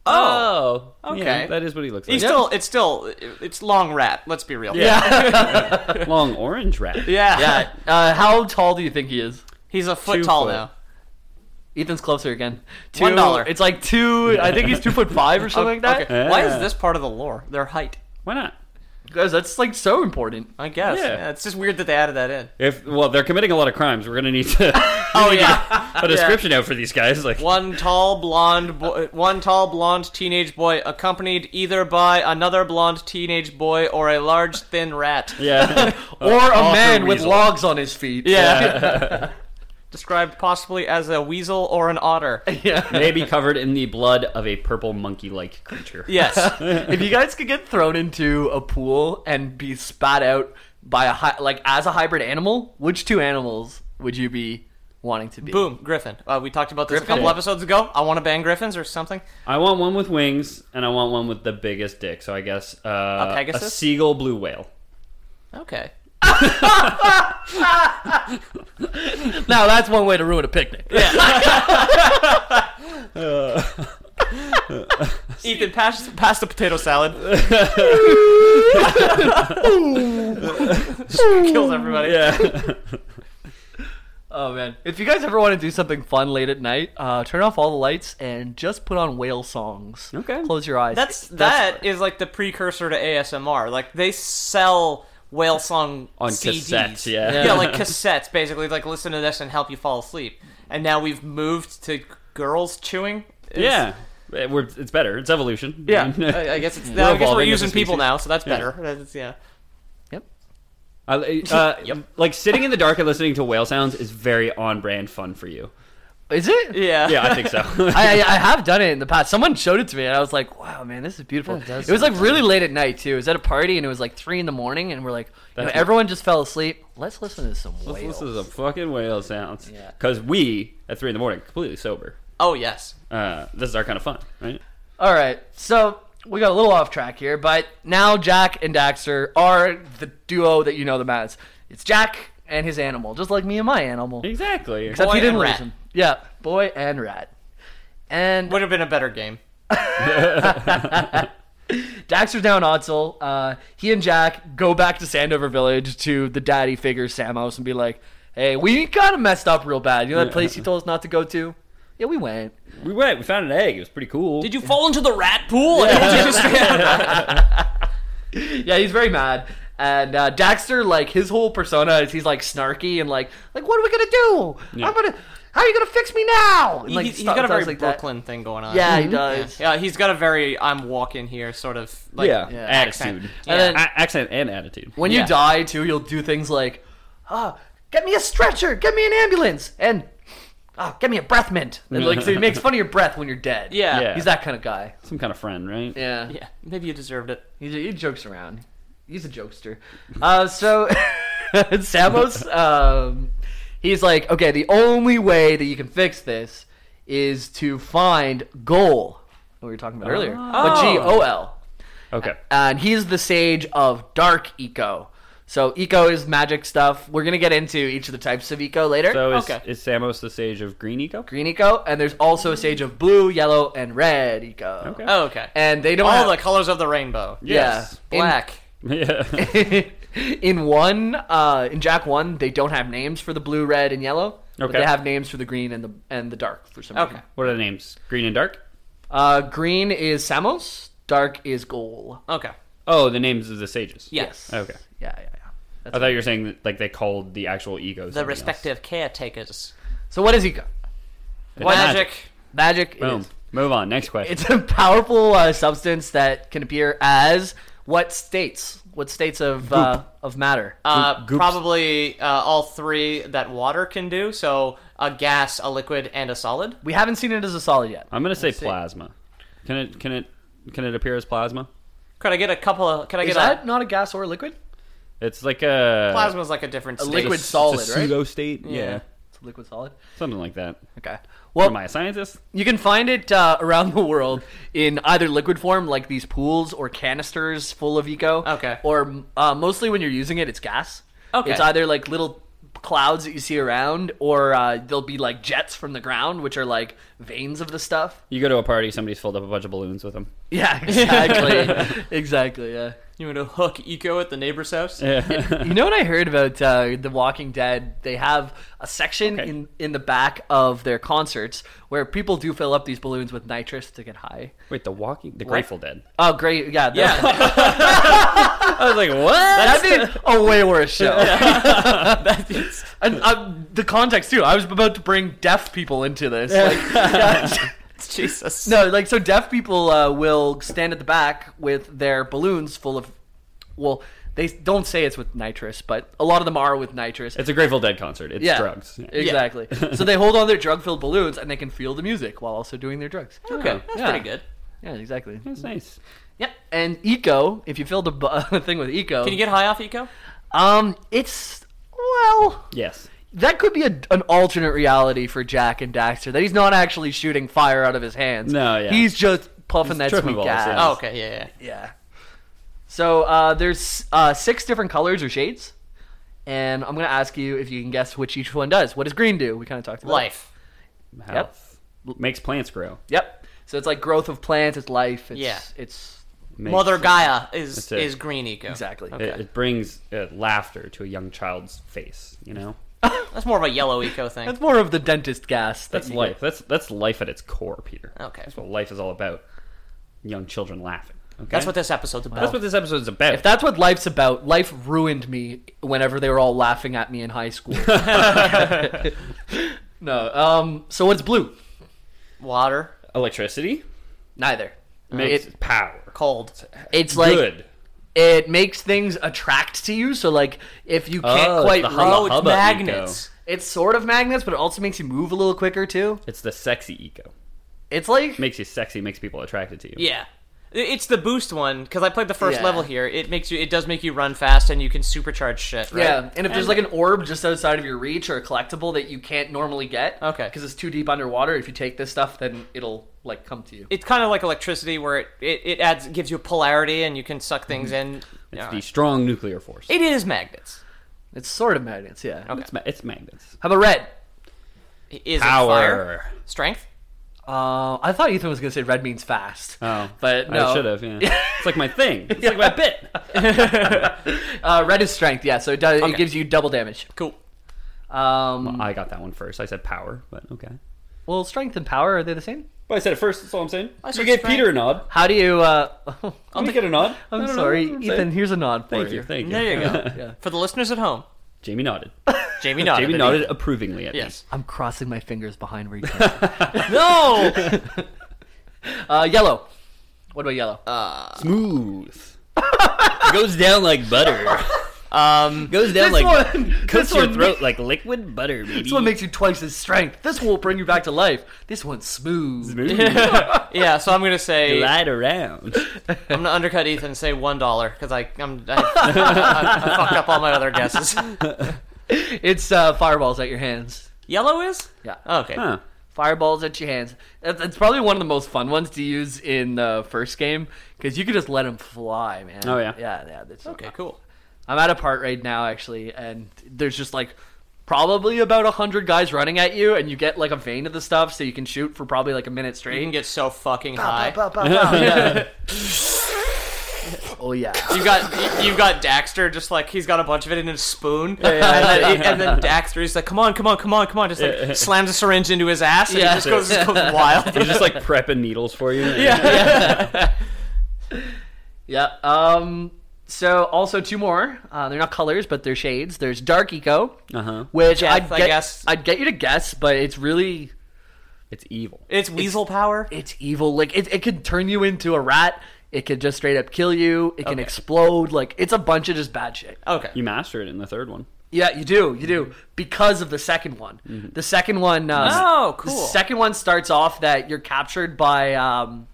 S3: Oh,
S2: okay.
S3: that is what he looks like.
S2: He's still, it's still, it's long rat. Let's be real.
S3: Yeah. long orange rat.
S2: yeah,
S1: Yeah. Uh, how tall do you think he is?
S2: He's a foot
S3: Two
S2: tall
S3: foot.
S2: now.
S1: Ethan's closer again. Two,
S2: One dollar.
S1: It's like two. I think he's two foot five or something like that.
S2: Okay. Why is
S3: Yeah.
S2: this part of the lore? Their height.
S3: Why not?
S1: Guys, that's like so important.
S2: I guess.
S3: Yeah.
S2: Yeah, it's just weird that they added that in.
S3: If well, they're committing a lot of crimes. We're gonna need to
S2: Oh yeah.
S3: a description out for these guys. Like,
S2: one tall blonde boy, one tall blonde teenage boy accompanied either by another blonde teenage boy or a large thin rat.
S3: yeah,
S1: Or a man with
S3: Uh, weasel.
S1: logs on his feet.
S2: Described possibly as a weasel or an otter.
S3: may be covered in the blood of a purple monkey-like creature.
S2: Yes.
S1: if you guys could get thrown into a pool and be spat out by a hy- like as a hybrid animal, which two animals would you be wanting to be?
S2: Boom, Griffin. Uh, we talked about this a
S1: Griffin?
S2: couple episodes ago. I want to ban Griffins or something.
S3: I want one with wings, and I want one with the biggest dick. So I guess uh, a
S2: Pegasus?
S3: seagull, blue whale.
S2: Okay.
S1: Now that's one way to ruin a picnic.
S2: Ethan, pass, pass the potato salad. Kills everybody.
S3: Yeah,
S1: Oh man! If you guys ever want to do something fun late at night, uh, turn off all the lights and just put on whale songs.
S3: Okay.
S1: Close your eyes.
S2: That's that is like the precursor to ASMR. Like they sell whale song
S3: On
S2: CDs.
S3: cassettes, yeah. Yeah.
S2: yeah, like cassettes. Basically, like listen to this and help you fall asleep. And now we've moved to girls chewing. It's-
S3: yeah. It- we're- it's better. It's evolution.
S2: yeah. I, I guess it's now. I guess we're
S3: evolving as a
S2: using people
S3: species.
S2: now, so that's
S3: Yeah.
S2: better. That's, yeah.
S3: I, uh, Like sitting in the dark and listening to whale sounds is very on-brand fun for you.
S1: is it.
S2: Yeah.
S3: Yeah, I think so.
S1: I, I I have done it in the past. Someone showed it to me, and I was like, "Wow, man, this is beautiful." It, was like really late at night too. It was at a party, and it was like three in the morning, and we're like, you know,
S3: That's-
S1: everyone just fell asleep. Let's listen to some
S3: Let's
S1: whales.
S3: listen to some fucking whale sounds.
S1: Yeah.
S3: Because we at three in the morning completely sober.
S2: Oh yes.
S3: Uh, this is our kind of fun, right?
S1: All right, so we got a little off track here, but now Jack and Daxter are the duo that you know them as. It's Jack and his animal, just like me and my animal.
S3: Exactly.
S1: Except
S2: Boy
S1: he didn't
S2: and
S1: lose
S2: rat.
S1: him. Yeah, boy and rat. And
S2: Would have been a better game.
S1: Daxter's now in Otzel. Uh, he and Jack go back to Sandover Village to the daddy figure Samos and be like, "Hey, we kind of messed up real bad. You know that place you told us not to go to? Yeah, we went.
S3: we went. We found an egg. It was pretty cool.
S2: Did you fall into the rat pool? Yeah.
S1: Yeah, he's very mad." And uh, Daxter, like his whole persona is he's like snarky and like, like what are we gonna do? I'm gonna, how are you gonna fix me now? And, like,
S2: he's, he's
S1: stuff-
S2: got a
S1: stuff
S2: very
S1: like that.
S2: Brooklyn thing going on.
S1: Yeah, he does.
S2: Yeah, he's got a very "I'm walking here" sort of like
S3: yeah.
S2: accent.
S3: Attitude.
S2: Yeah.
S3: And then- A- accent and attitude.
S1: When you die too, you'll do things like, ah, get me a stretcher, get me an ambulance, and ah, get me a breath mint. And like, so he makes fun of your breath when you're dead.
S2: Yeah.
S3: Yeah.
S1: he's that kind of guy.
S3: Some kind of friend, right?
S1: Yeah,
S2: Yeah, maybe you deserved it.
S1: He, he jokes around. He's a jokester. Uh, so Samos, um, he's like, okay, the only way that you can fix this is to find Goal. We were talking about earlier, but G O L
S3: Okay.
S1: and he's the sage of dark eco. So eco is magic stuff. We're gonna get into each of the types of eco later.
S3: So is,
S2: Okay.
S3: is Samos the sage of green eco?
S1: Green eco, and there's also a sage of blue, yellow, and red eco.
S3: Okay.
S2: Oh, okay.
S1: And they don't
S2: all
S1: have-
S2: the colors of the rainbow.
S1: Yeah.
S3: Yes.
S1: In-
S2: Black.
S3: Yeah.
S1: In, one, uh, in Jack one, they don't have names for the blue, red, and yellow. But
S3: Okay.
S1: they have names for the green and the and the dark for some reason.
S2: Okay.
S3: what are the names? Green and dark?
S1: Uh, green is Samos. Dark is Goal.
S2: Okay.
S3: Oh, the names of the sages.
S2: Yes.
S3: Okay.
S1: Yeah, yeah, yeah.
S3: I thought you were saying that, like they called the actual egos.
S2: The
S3: something else.
S2: respective caretakers.
S1: So what is eco?
S3: It's
S2: Magic.
S1: Magic
S3: Boom.
S1: is
S3: Move on. Next question.
S1: It's a powerful uh, substance that can appear as what states? What states of uh, of matter?
S2: Uh,
S3: goops.
S2: probably uh, all three that water can do. So a gas, a liquid, and a solid.
S1: we haven't seen it as a solid yet.
S3: I'm gonna say plasma. Can it? Can it? Can it appear as plasma?
S2: Could I get a couple of? Could I
S1: Is
S2: get
S1: that
S2: a?
S1: not a gas or a liquid?
S3: It's like a
S2: Plasma's like a different state.
S1: liquid
S3: it's
S1: solid,
S3: a
S1: right?
S3: pseudo state. Yeah.
S1: It's liquid solid.
S3: something like that.
S1: Okay. Well,
S3: Am I a scientist?
S1: you can find it uh, around the world in either liquid form, like these pools or canisters full of eco.
S2: Okay.
S1: Or uh, mostly when you're using it, it's gas.
S2: Okay.
S1: It's either like little clouds that you see around, or uh, there'll be like jets from the ground, which are like veins of the stuff.
S3: You go to a party, somebody's filled up a bunch of balloons with them.
S1: Yeah, exactly. exactly, yeah.
S2: You want to hook Eco at the neighbor's house?
S1: You know what I heard about uh, The Walking Dead? They have a section
S3: Okay.
S1: in, in the back of their concerts where people do fill up these balloons with nitrous to get high.
S3: Wait, the Walking, the Grateful Dead.
S1: Oh, great. Yeah. that-
S2: Yeah,
S3: I was like, what?
S1: That'd be a way worse show.
S2: that is-
S1: And uh, the context, too. I was about to bring deaf people into this. Like,
S2: Jesus.
S1: no, like, so deaf people uh, will stand at the back with their balloons full of. Well, they don't say it's with nitrous, but a lot of them are with nitrous.
S3: It's a Grateful Dead concert. It's drugs.
S1: Exactly. so they hold on their drug filled balloons and they can feel the music while also doing their drugs.
S2: Okay, that's
S1: Yeah.
S2: pretty good.
S1: Yeah, exactly.
S3: That's nice.
S1: Yep. And eco, if you fill the bu- thing with eco,
S2: Can you get high off Eco?
S1: um, it's well,
S3: Yes.
S1: that could be a, an alternate reality for Jack and Daxter that he's not actually shooting fire out of his hands.
S3: No, yeah.
S1: he's just puffing that
S3: tripping
S1: sweet
S3: balls,
S1: gas.
S3: yeah.
S2: Oh, okay, yeah, yeah.
S1: Yeah. So uh, there's uh, six different colors or shades, and I'm gonna ask you if you can guess which each one does. What does green do? We kind of talked about it.
S2: Life.
S3: Health. Makes plants grow.
S1: Yep. So it's like growth of plants, it's life, it's
S2: Yeah.
S1: it's
S3: Makes-
S2: Mother Gaia is
S3: That's it.
S2: is green Eco.
S1: exactly.
S3: It, it brings uh, laughter to a young child's face. You know,
S2: That's more of a yellow Eco thing.
S1: That's more of the dentist gas. that
S3: that's
S1: you
S3: life. That's that's life at its core, Peter.
S2: Okay.
S3: That's what life is all about. Young children laughing. Okay.
S2: That's what this episode's about.
S3: That's what this episode's about.
S1: get. That's what life's about. Life ruined me whenever they were all laughing at me in high school. no. Um so what's blue?
S2: Water,
S3: Electricity
S1: Neither.
S3: makes
S1: It-
S3: power.
S2: cold.
S1: It's like
S3: Good.
S1: it makes things attract to you, so like if you can't
S3: Oh, it's
S1: quite
S3: the
S1: reach-
S3: hubba
S2: Oh, it's
S3: hubba
S2: magnets.
S1: it's sort of magnets, but it also makes you move a little quicker too.
S3: It's the sexy eco.
S1: It's like
S3: Makes you sexy. Makes people attracted to you.
S2: Yeah. I- It's the boost one because I played the first
S1: Yeah.
S2: level here. It makes you, it does make you run fast, and you can supercharge shit. Right?
S1: Yeah, and if there's like an orb just outside of your reach or a collectible that you can't normally get,
S2: Okay.
S1: because it's too deep underwater. If you take this stuff, then it'll like come to you.
S2: it's kind of like electricity, where it, it, it adds gives you polarity, and you can suck things in.
S3: Mm-hmm. It's
S2: Yeah.
S3: the strong nuclear force.
S2: It is magnets.
S1: It's sort of magnets, yeah.
S3: It's, ma- it's magnets.
S1: How about red?
S2: It Is it
S3: Power.
S2: fire? strength?
S1: Uh, I thought Ethan was gonna say red means fast.
S3: Oh,
S1: but no.
S3: I should have. Yeah. it's like my thing. It's like my bit.
S1: Uh, red is strength, yeah. So it does. It
S2: Okay.
S1: gives you double damage.
S2: Cool.
S1: Um,
S3: I got that one first. I said power, but okay.
S1: well, strength and power are they the same?
S3: But I said it first. That's all I'm saying.
S2: said
S3: you gave
S2: strength.
S3: Peter a nod.
S1: How do you? Uh,
S3: I'll get a nod. I
S1: I'm
S3: don't know.
S1: sorry,
S3: I'm
S1: Ethan.
S3: saying-
S1: Here's a nod for
S3: Thank
S1: you.
S3: you. Thank you.
S2: There you go. For the listeners at home,
S3: Jamie nodded.
S2: Jamie nodded.
S3: Jamie nodded approvingly at
S2: Yes.
S1: I'm crossing my fingers behind where you. can.
S2: No.
S1: uh, yellow. What about yellow?
S3: me. Smooth. Goes down like butter. Um, Goes down
S1: this
S3: like
S1: one.
S3: coats
S1: This
S3: your
S1: one.
S3: throat like liquid butter, baby.
S1: This one makes you twice his strength. This one will bring you back to life. This one's smooth.
S3: Smooth.
S2: yeah. So I'm gonna say
S3: Glide around.
S2: I'm gonna undercut Ethan and say one dollar because I I'm I, I, I fucked up all my other guesses.
S1: It's uh, fireballs at your hands.
S2: Yellow is
S1: Yeah.
S2: Oh, okay.
S3: Huh.
S1: Fireballs at your hands. That's, that's probably one of the most fun ones to use in the first game because you can just let them fly, man.
S3: Oh, yeah.
S1: Yeah, yeah. That's
S2: Okay, cool.
S1: I'm at a part right now actually, and there's just like probably about a hundred guys running at you, and you get like a vein of the stuff, so you can shoot for probably like a minute
S2: You
S1: straight.
S2: can get so fucking high.
S1: Oh yeah.
S2: You got you got Daxter just like he's got a bunch of it in his spoon, and, then, and then Daxter is like, "Come on, come on, come on, come on!" Just like slams a syringe into his ass, and
S1: Yeah.
S2: he just goes, just goes wild.
S3: He's just like prepping needles for you. Yeah.
S1: Yeah. Um. So also two more. Uh, they're not colors, but they're shades. There's dark eco,
S3: Uh-huh.
S1: which
S2: Jeff,
S1: I'd
S2: I
S1: get,
S2: guess.
S1: I'd get you to guess, but it's really
S3: It's evil.
S2: It's weasel power.
S1: it's evil. Like it, it could turn you into a rat. It could just straight up kill you. It can explode. Like it's a bunch of just bad shit.
S2: Okay,
S3: You mastered it in the third one.
S1: Yeah, you do. You do because of the second one. The second one. Uh,
S2: Oh, cool.
S1: The second one starts off that you're captured by um,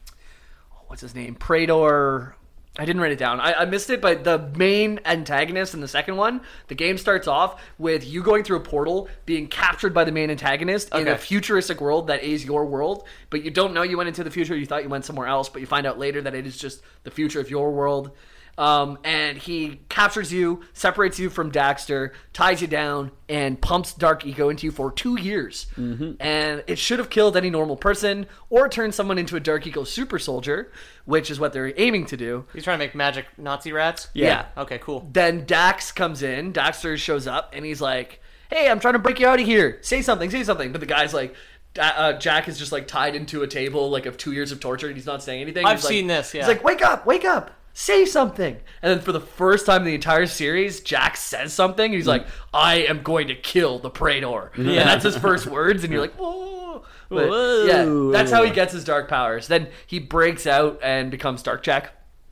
S1: what's his name, Praetor. I didn't write it down. I, I missed it, but the main antagonist in the second one, the game starts off with you going through a portal, being captured by the main antagonist in a
S2: Okay.
S1: futuristic world that is your world, but you don't know you went into the future. You thought you went somewhere else, but you find out later that it is just the future of your world. Um, and he captures you, separates you from Daxter, ties you down, and pumps Dark Ego into you for two years. And it should have killed any normal person or turned someone into a Dark Ego super soldier, which is what they're aiming to do.
S2: He's trying to make magic Nazi rats.
S1: Yeah.
S2: Okay. Cool.
S1: Then Dax comes in, Daxter shows up, and he's like, "Hey, I'm trying to break you out of here. Say something, say something." But the guy's like. Da- Uh, Jack is just like tied into a table, like of two years of torture, and he's not saying anything.
S2: I've
S1: He's like-
S2: seen this, yeah.
S1: he's like, "Wake up! Wake up! Say something!" And then for the first time in the entire series, Jack says something, and he's like, "I am going to kill the Praetor." And that's his first words, and you're like, "Whoa!" But, yeah, that's how he gets his dark powers. Then he breaks out and becomes Dark Jack.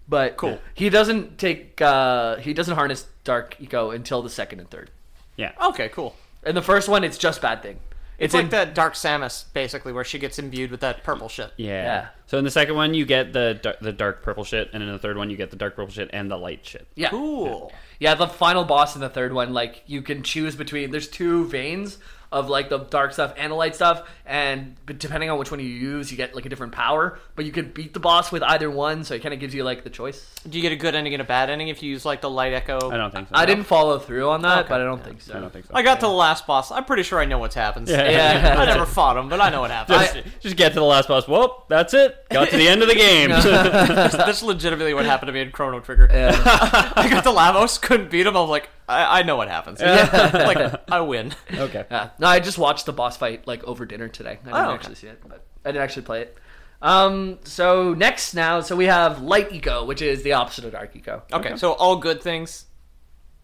S1: But cool. He doesn't take. Uh, he doesn't harness Dark Eco until the second and third.
S3: Yeah.
S2: Okay. Cool.
S1: And the first one, it's just bad thing.
S2: It's like that Dark Samus, basically, where she gets imbued with that purple shit.
S3: Yeah.
S1: Yeah.
S3: So in the second one, you get the dar- the dark purple shit, and in the third one, you get the dark purple shit and the light shit.
S1: Yeah.
S2: Cool.
S1: Yeah, the final boss in the third one, like you can choose between. There's two veins of like the dark stuff and the light stuff, and b- depending on which one you use, you get like a different power. But you can beat the boss with either one, so it kind of gives you like the choice.
S2: Do you get a good ending and a bad ending if you use like the light echo?
S3: I don't think so.
S1: I didn't follow through on that,
S2: Okay.
S1: but I don't think so.
S3: I don't think so.
S2: I got to the last boss. I'm pretty sure I know what's happened.
S3: Yeah.
S1: Yeah.
S2: I never fought him, but I know what happened.
S3: just, just get to the last boss. Whoop, that's it. Got to the end of the game.
S2: That's- That's legitimately what happened to me in Chrono Trigger. I got to Lavos, couldn't beat him. I was like, I, I know what happens. like, I win.
S3: okay.
S1: Yeah. No, I just watched the boss fight like over dinner today. I didn't
S2: Oh, okay.
S1: actually see it, but I didn't actually play it. Um, so next now, so we have light eco, which is the opposite of dark eco.
S2: Okay, so all good things.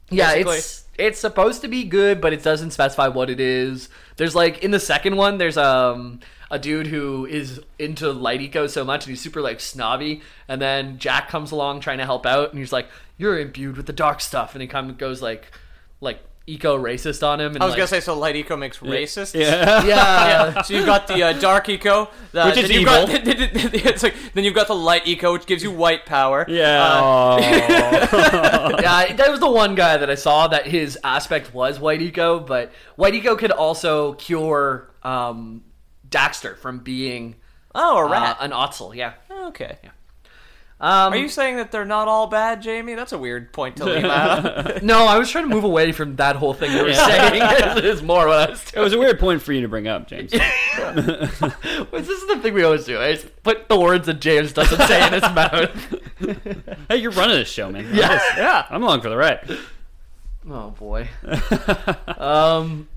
S1: Yeah,
S2: Oh, Basically.
S1: it's it's supposed to be good, but it doesn't specify what it is. There's like in the second one, there's um a dude who is into light eco so much and he's super like snobby, and then Jack comes along trying to help out, and he's like, "You're imbued with the dark stuff," and he kind of goes like like eco racist on him. And
S2: I was
S1: like,
S2: gonna say, so light eco makes racists.
S3: Yeah.
S1: yeah,
S2: So you've got the uh, dark eco, the,
S3: Which is
S2: then you've got-
S3: evil.
S2: it's like then you've got the light eco, which gives you white power.
S3: Yeah.
S2: Uh,
S1: yeah, Uh, that was the one guy that I saw that his aspect was White Eco, but White Eco could also cure um, Daxter from being
S2: oh, a
S1: uh,
S2: rat.
S1: an Otzel. Yeah.
S2: okay.
S1: Um,
S2: Are you saying that they're not all bad, Jamie? That's a weird point to leave out.
S1: No, I was trying to move away from that whole thing you were saying. it's more what I was
S3: It
S1: doing.
S3: was a weird point for you to bring up, James.
S1: This is the thing we always do. I just put the words that James doesn't say in his mouth.
S3: hey, you're running this show, man. Yeah.
S2: yeah.
S3: I'm along for the ride.
S1: Oh boy. um.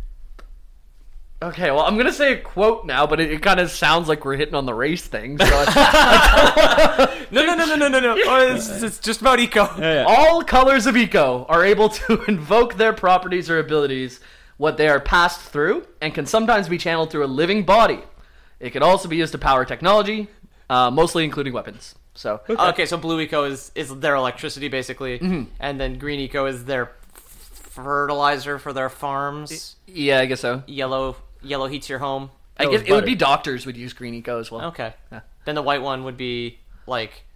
S1: Okay, well, I'm gonna say a quote now, but it, it kind of sounds like we're hitting on the race thing. So it's-
S2: No, no, no, no, no, no, no. Oh, it's, it's just about eco.
S3: Yeah.
S1: All colors of eco are able to invoke their properties or abilities, what they are passed through, and can sometimes be channeled through a living body. It can also be used to power technology, uh, mostly including weapons. So, uh,
S2: Okay, so blue eco is is their electricity basically, and then green eco is their fertilizer for their farms.
S1: yeah, I guess so.
S2: Yellow yellow heats your home.
S1: I
S3: That
S1: guess
S3: was
S1: it would
S3: butter.
S1: be doctors would use green eco as well.
S2: Okay. Then the white one would be like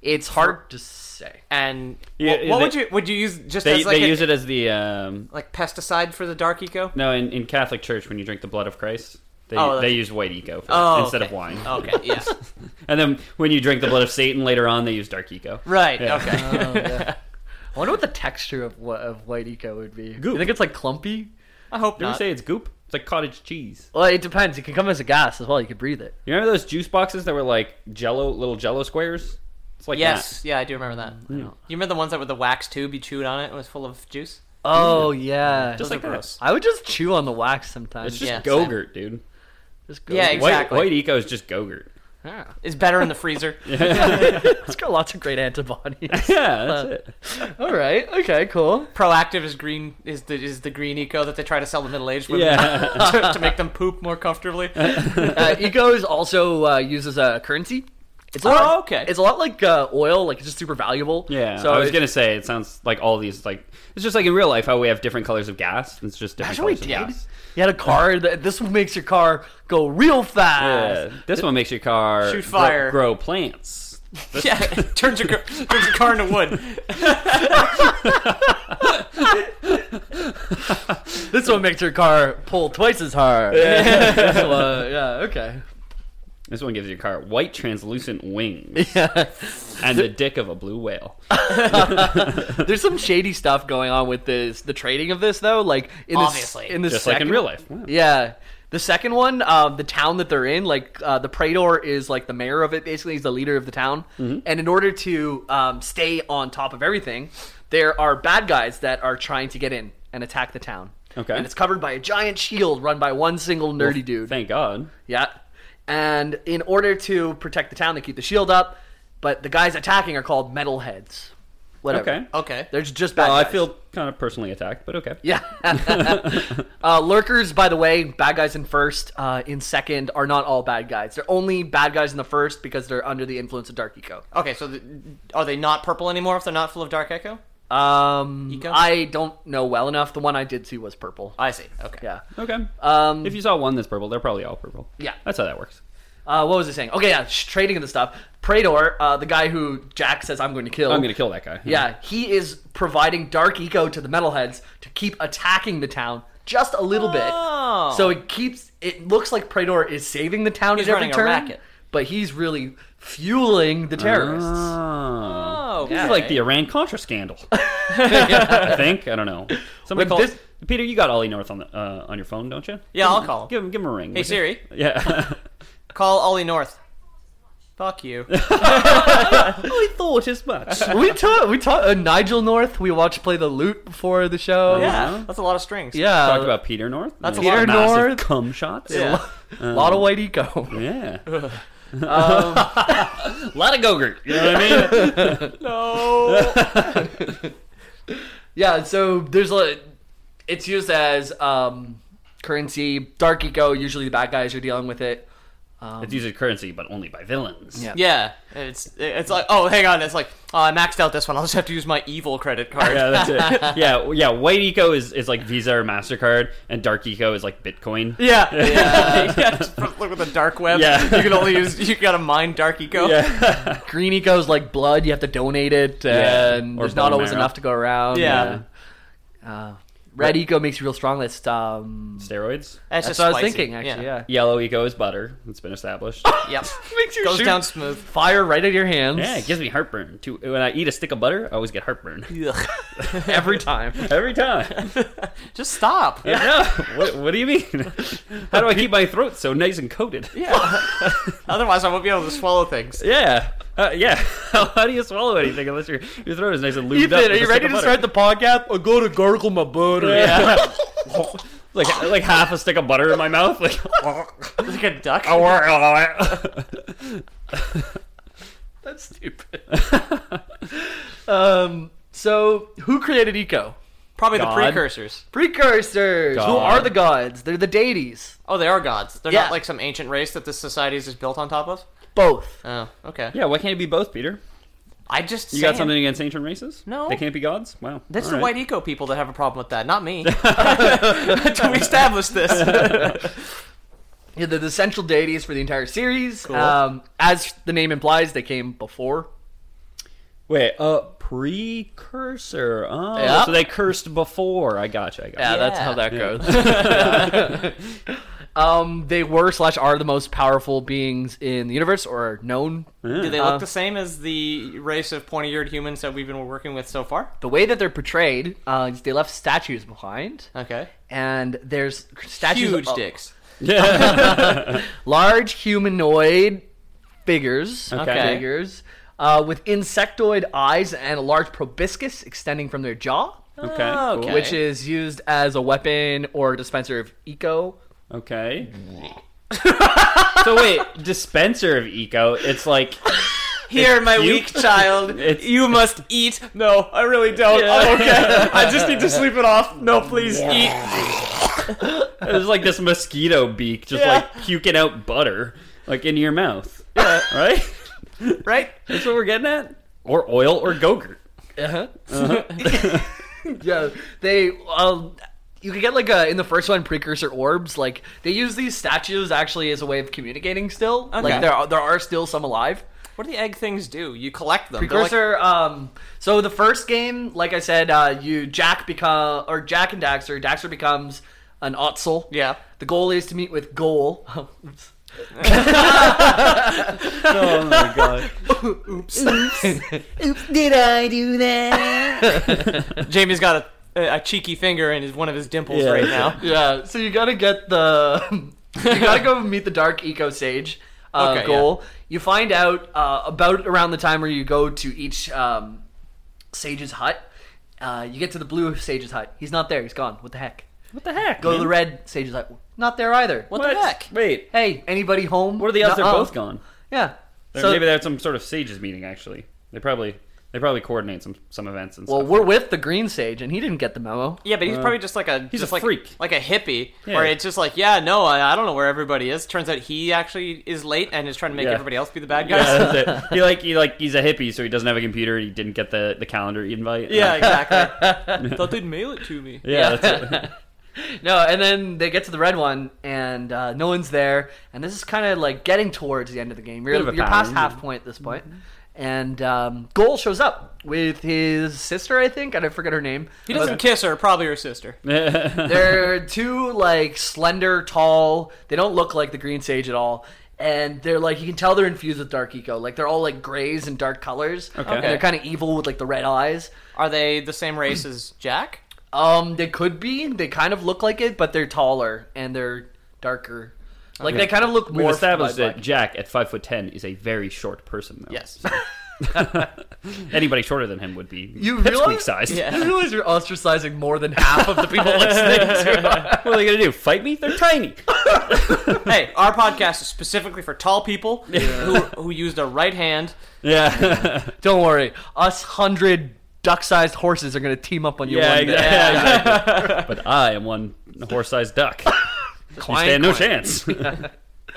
S1: It's hard to say.
S2: and
S3: Yeah,
S2: what, what
S3: they-
S2: would you would you use just
S3: They,
S2: as like
S3: they
S2: a-
S3: use it as the um,
S2: like pesticide for the dark eco?
S3: no in, in Catholic Church when you drink the blood of Christ. They,
S2: Oh,
S3: they
S2: that's-
S3: use white eco for,
S2: Oh,
S3: instead
S2: okay.
S3: of wine,
S2: Okay, yeah.
S3: and then when you drink the blood of Satan later on, they use dark eco.
S2: right. Okay.
S1: I wonder what the texture of wh- of white eco would be.
S3: Goop.
S1: You think it's like clumpy?
S2: I hope
S3: Did we
S2: not.
S3: say it's goop? It's like cottage cheese.
S1: Well, it depends. It can come as a gas as well. You could breathe it.
S3: You remember those juice boxes that were like Jello, little Jello squares? It's like Mm.
S2: yes, yeah, I do remember that. You remember the ones that with the wax tube you chewed on it and it was full of juice?
S1: Oh yeah.
S3: that. just
S2: Those
S3: like
S2: are
S3: that.
S2: gross.
S1: I would just chew on the wax
S3: It's
S1: sometimes.
S3: just
S2: Yeah, same.
S3: Gogurt, dude.
S1: Just go.
S2: Yeah,
S3: White,
S2: Exactly.
S3: white eco is just Gogurt.
S1: Yeah.
S2: It's better in the freezer.
S1: It's got lots of great antibodies.
S3: Yeah, that's it.
S1: All right. Okay. Cool.
S2: Proactive is green is the is the green eco that they try to sell to middle aged women
S3: Yeah,
S2: to, to make them poop more comfortably.
S1: Uh, eco is also uh, uses a currency. It's a lot,
S2: Oh, okay.
S1: It's a lot like uh, oil. Like it's just super valuable.
S3: yeah.
S1: So
S3: I was
S1: it-
S3: gonna say it sounds like all these like it's just like in real life how we have different colors of gas. It's just different
S1: That's what we
S3: colors of
S1: did.
S3: gas.
S1: You had a car. That, this one makes your car go real fast.
S3: Yeah. This one makes your car
S2: Shoot
S3: grow-
S2: fire.
S3: grow, plants.
S2: yeah, turns your car, turns your car into wood.
S1: This one makes your car pull twice as hard. Yeah, yeah okay.
S3: This one gives your car white translucent wings and the dick of a blue whale.
S1: There's some shady stuff going on with this the trading of this though. Like in this,
S2: Obviously.
S1: in this
S3: Just like in real life. Wow.
S1: Yeah. The second one, uh, the town that they're in, like uh, the praetor is like the mayor of it. Basically, he's the leader of the town.
S3: Mm-hmm.
S1: And in order to um, stay on top of everything, there are bad guys that are trying to get in and attack the town.
S3: Okay.
S1: And it's covered by a giant shield run by one single nerdy dude.
S3: Thank God.
S1: Yeah. And in order to protect the town, they keep the shield up. But the guys attacking are called metalheads. Whatever.
S3: Okay.
S2: Okay.
S1: They're just bad.
S3: Well, I
S1: guys.
S3: feel kind of personally attacked, but okay.
S1: Yeah. uh, lurkers, by the way, bad guys in first, uh, in second are not all bad guys. They're only bad guys in the first because they're under the influence of Dark Eco.
S2: Okay, so the, are they not purple anymore if they're not full of dark echo?
S1: Um,
S2: Eco?
S1: I don't know well enough. The one I did see was purple.
S2: I see. Okay.
S1: Yeah.
S3: Okay. Um, if you saw one that's purple, they're probably all purple.
S1: Yeah.
S3: That's how that works.
S1: Uh, what was I saying? Okay, yeah, sh- trading and the stuff. Praetor, uh, the guy who Jack says I'm going to kill.
S3: I'm going to kill that guy.
S1: Yeah, he is providing dark eco to the metalheads to keep attacking the town just a little
S2: Oh.
S1: bit. So it keeps it looks like Praetor is saving the town
S2: He's
S1: at every
S2: running a
S1: turn,
S2: racket.
S1: but he's really fueling the terrorists.
S3: Oh.
S2: Oh,
S3: This
S2: okay.
S3: is like the Iran Contra scandal. I think. I don't know.
S1: With
S3: Somebody call
S1: this-
S3: Peter, you got Ollie North on the uh, on your phone, don't you?
S2: Yeah, I'll call.
S3: Give him give him a ring.
S2: Hey
S3: would you?
S2: Siri,
S3: Yeah.
S2: call Ollie North. Fuck you.
S3: I thought as much.
S1: we taught we taught uh, Nigel North. We watched play the lute before the show.
S2: yeah, that's a lot of strings.
S1: yeah.
S3: Talked about Peter North.
S2: Uh, That's a
S3: Nice
S2: lot of
S3: massive
S1: North.
S3: cum shots.
S2: Yeah.
S1: a lot of white eco.
S3: Yeah. a lot of Gogurt. You know what I mean?
S1: Yeah, so there's a, it's used as um, currency. Dark eco. Usually the bad guys are dealing with it.
S3: It's used as currency, but only by villains.
S1: Yeah.
S2: Yeah, it's it's like oh hang on, it's like oh I maxed out this one. I'll just have to use my evil credit card.
S3: Yeah, that's it. Yeah, w- yeah. White Eco is, is like Visa or Mastercard, and Dark Eco is like Bitcoin.
S2: Yeah, yeah. just look at the dark web.
S3: Yeah.
S2: you can only use. You gotta mine dark eco.
S3: Yeah,
S1: green eco's like blood you have to donate it and
S3: Or
S1: there's not
S3: bone
S1: always
S3: marrow.
S1: enough to go around
S2: Yeah.
S1: Uh, red eco makes you real strong that's um
S3: steroids.
S2: that's,
S1: that's
S2: just
S1: what i was
S2: spicy.
S1: thinking actually yeah,
S3: Yellow Eco is butter. It's been established.
S2: Yep.
S1: makes you
S2: Goes
S1: shoot
S2: down smooth.
S1: fire right at your hands
S3: yeah, it gives me heartburn. Too. When I eat a stick of butter, I always get heartburn
S1: every time
S3: every time.
S2: Just stop. Yeah.
S3: Yeah. What, what do you mean? How do I keep my throat so nice and coated?
S2: Otherwise, I won't be able to swallow things.
S3: Yeah. Uh, yeah. How do you swallow anything unless your your throat is nice and lubed
S1: ethan
S3: up? with
S1: are
S3: a
S1: you
S3: stick
S1: ready
S3: of
S1: to
S3: butter?
S1: start the podcast i go to gargle my butter
S3: Yeah. like like half a stick of butter in my mouth. Like
S2: Like a duck.
S1: that's stupid um so who created eco
S2: Probably
S3: God.
S2: the precursors.
S1: precursors who
S3: God.
S1: are the gods they're the deities
S2: Oh, they are gods. They're
S1: Yeah.
S2: not like some ancient race that this society is just built on top of.
S1: both
S2: Oh, okay.
S3: yeah. Why can't it be both, Peter?
S2: I just
S3: You got
S2: saying.
S3: something against ancient races?
S2: No.
S3: They can't be gods? Wow.
S2: That's
S3: All
S2: the
S3: right.
S2: white eco people that have a problem with that, not me. to establish this.
S1: Yeah, they're the central deities for the entire series. Um, as the name implies, they came before.
S3: Wait, uh precursor. Oh
S1: Yeah.
S3: so they cursed before. I gotcha, I gotcha.
S2: Yeah. that's how that
S1: goes. um, they were slash are the most powerful beings in the universe, or known.
S2: Do they look
S1: Uh.
S2: the same as the race of pointy-eared humans that we've been working with so far?
S1: The way that they're portrayed uh, is they left statues behind,
S2: Okay.
S1: and there's statues
S2: Huge
S1: of
S2: dicks.
S1: large humanoid figures,
S2: Okay.
S1: figures uh, with insectoid eyes and a large proboscis extending from their jaw.
S3: Okay.
S2: Okay.
S1: which is used as a weapon or a dispenser of eco.
S3: cool. Okay. so wait, dispenser of eco, it's like
S2: Here, my
S3: cute.
S2: weak child,
S3: It's-
S2: you must eat. No, I really don't. I'm okay. I just need to sleep it off. No, please eat.
S3: it's like this mosquito beak just
S2: Yeah.
S3: like puking out butter like into your mouth. Yeah. Right?
S2: Right?
S3: That's what we're getting at? Or oil or gogurt.
S1: Uh-huh. yeah, they. Uh, you could get like a in the first one precursor orbs. Like they use these statues actually as a way of communicating. Still, like there are, there are still some alive.
S2: What do the egg things do? You collect them. They're like-
S1: Precursor. um, so the first game, like I said, uh, you Jack become or Jack and Daxter. Daxter becomes an Otzel.
S2: Yeah.
S1: The goal is to meet with Goal. Oops.
S3: oh my god.
S1: Oops, did I do that?
S2: Jamie's got a, a cheeky finger in his, one of his dimples
S3: Yeah.
S2: right now.
S1: yeah. So you gotta get the. you gotta go meet the Dark Eco Sage. Uh,
S2: Okay,
S1: goal. You find out uh, about around the time where you go to each um, sage's hut. Uh, you get to the blue sage's hut. He's not there. He's gone. What the heck?
S3: What the heck?
S1: Go to the
S3: man?
S1: red sage's hut. Not there either.
S2: What, the heck?
S3: Wait.
S1: Hey, anybody home?
S3: What are the odds? They're
S1: Nuh-uh.
S3: both gone.
S1: Yeah.
S3: They're-
S1: so,
S3: maybe they're at some sort of sages meeting. Actually, they probably they probably coordinate some some events and
S1: well,
S3: stuff.
S1: we're with the Green Sage, and he didn't get the memo.
S2: Yeah, but he's probably just like a
S3: Uh, he's
S2: just
S3: a
S2: like,
S3: freak.
S2: like a hippie.
S3: Yeah.
S2: Where it's just like, yeah, no, I, I don't know where everybody is. Turns out he actually is late and is trying to make
S3: Yeah.
S2: everybody else be the bad
S3: Yeah,
S2: guys.
S3: that's it. he like he like he's a hippie, so he doesn't have a computer. He didn't get the, the calendar invite.
S2: Yeah, exactly. Thought they'd mail it to me.
S3: yeah. That's it.
S1: No, and then they get to the red one, and uh, no one's there. And this is kind of like getting towards the end of the game.
S3: Bit of
S1: You're,
S3: a
S1: you're past
S3: pattern.
S1: half point at this point. And um, Goal shows up with his sister, I think, and I forget her name.
S2: He doesn't kiss her, probably her sister.
S1: They're two like slender, tall. They don't look like the Green Sage at all. And they're like you can tell they're infused with dark eco. Like they're all like grays and dark colors. Okay. And they're kind of evil with like the red eyes.
S2: Are they the same race as Jack?
S1: Um, they could be. They kind of look like it, but they're taller and they're darker. Like they kind of look more
S3: We've established
S1: by
S3: that
S1: black.
S3: Jack at five foot ten is a very short person. Though.
S2: Yes.
S3: Anybody shorter than him would be
S1: You
S3: pitch
S1: realize-
S3: weak sized.
S1: You realize you're ostracizing more than half of the people listening to
S3: What are they gonna do? Fight me? They're tiny.
S2: hey, our podcast is specifically for tall people who, who use their right hand.
S3: Yeah.
S1: Don't worry, us hundred duck-sized horses are gonna team up on you one day.
S3: exactly. Yeah, exactly. but I am one horse-sized duck. you stand no chance.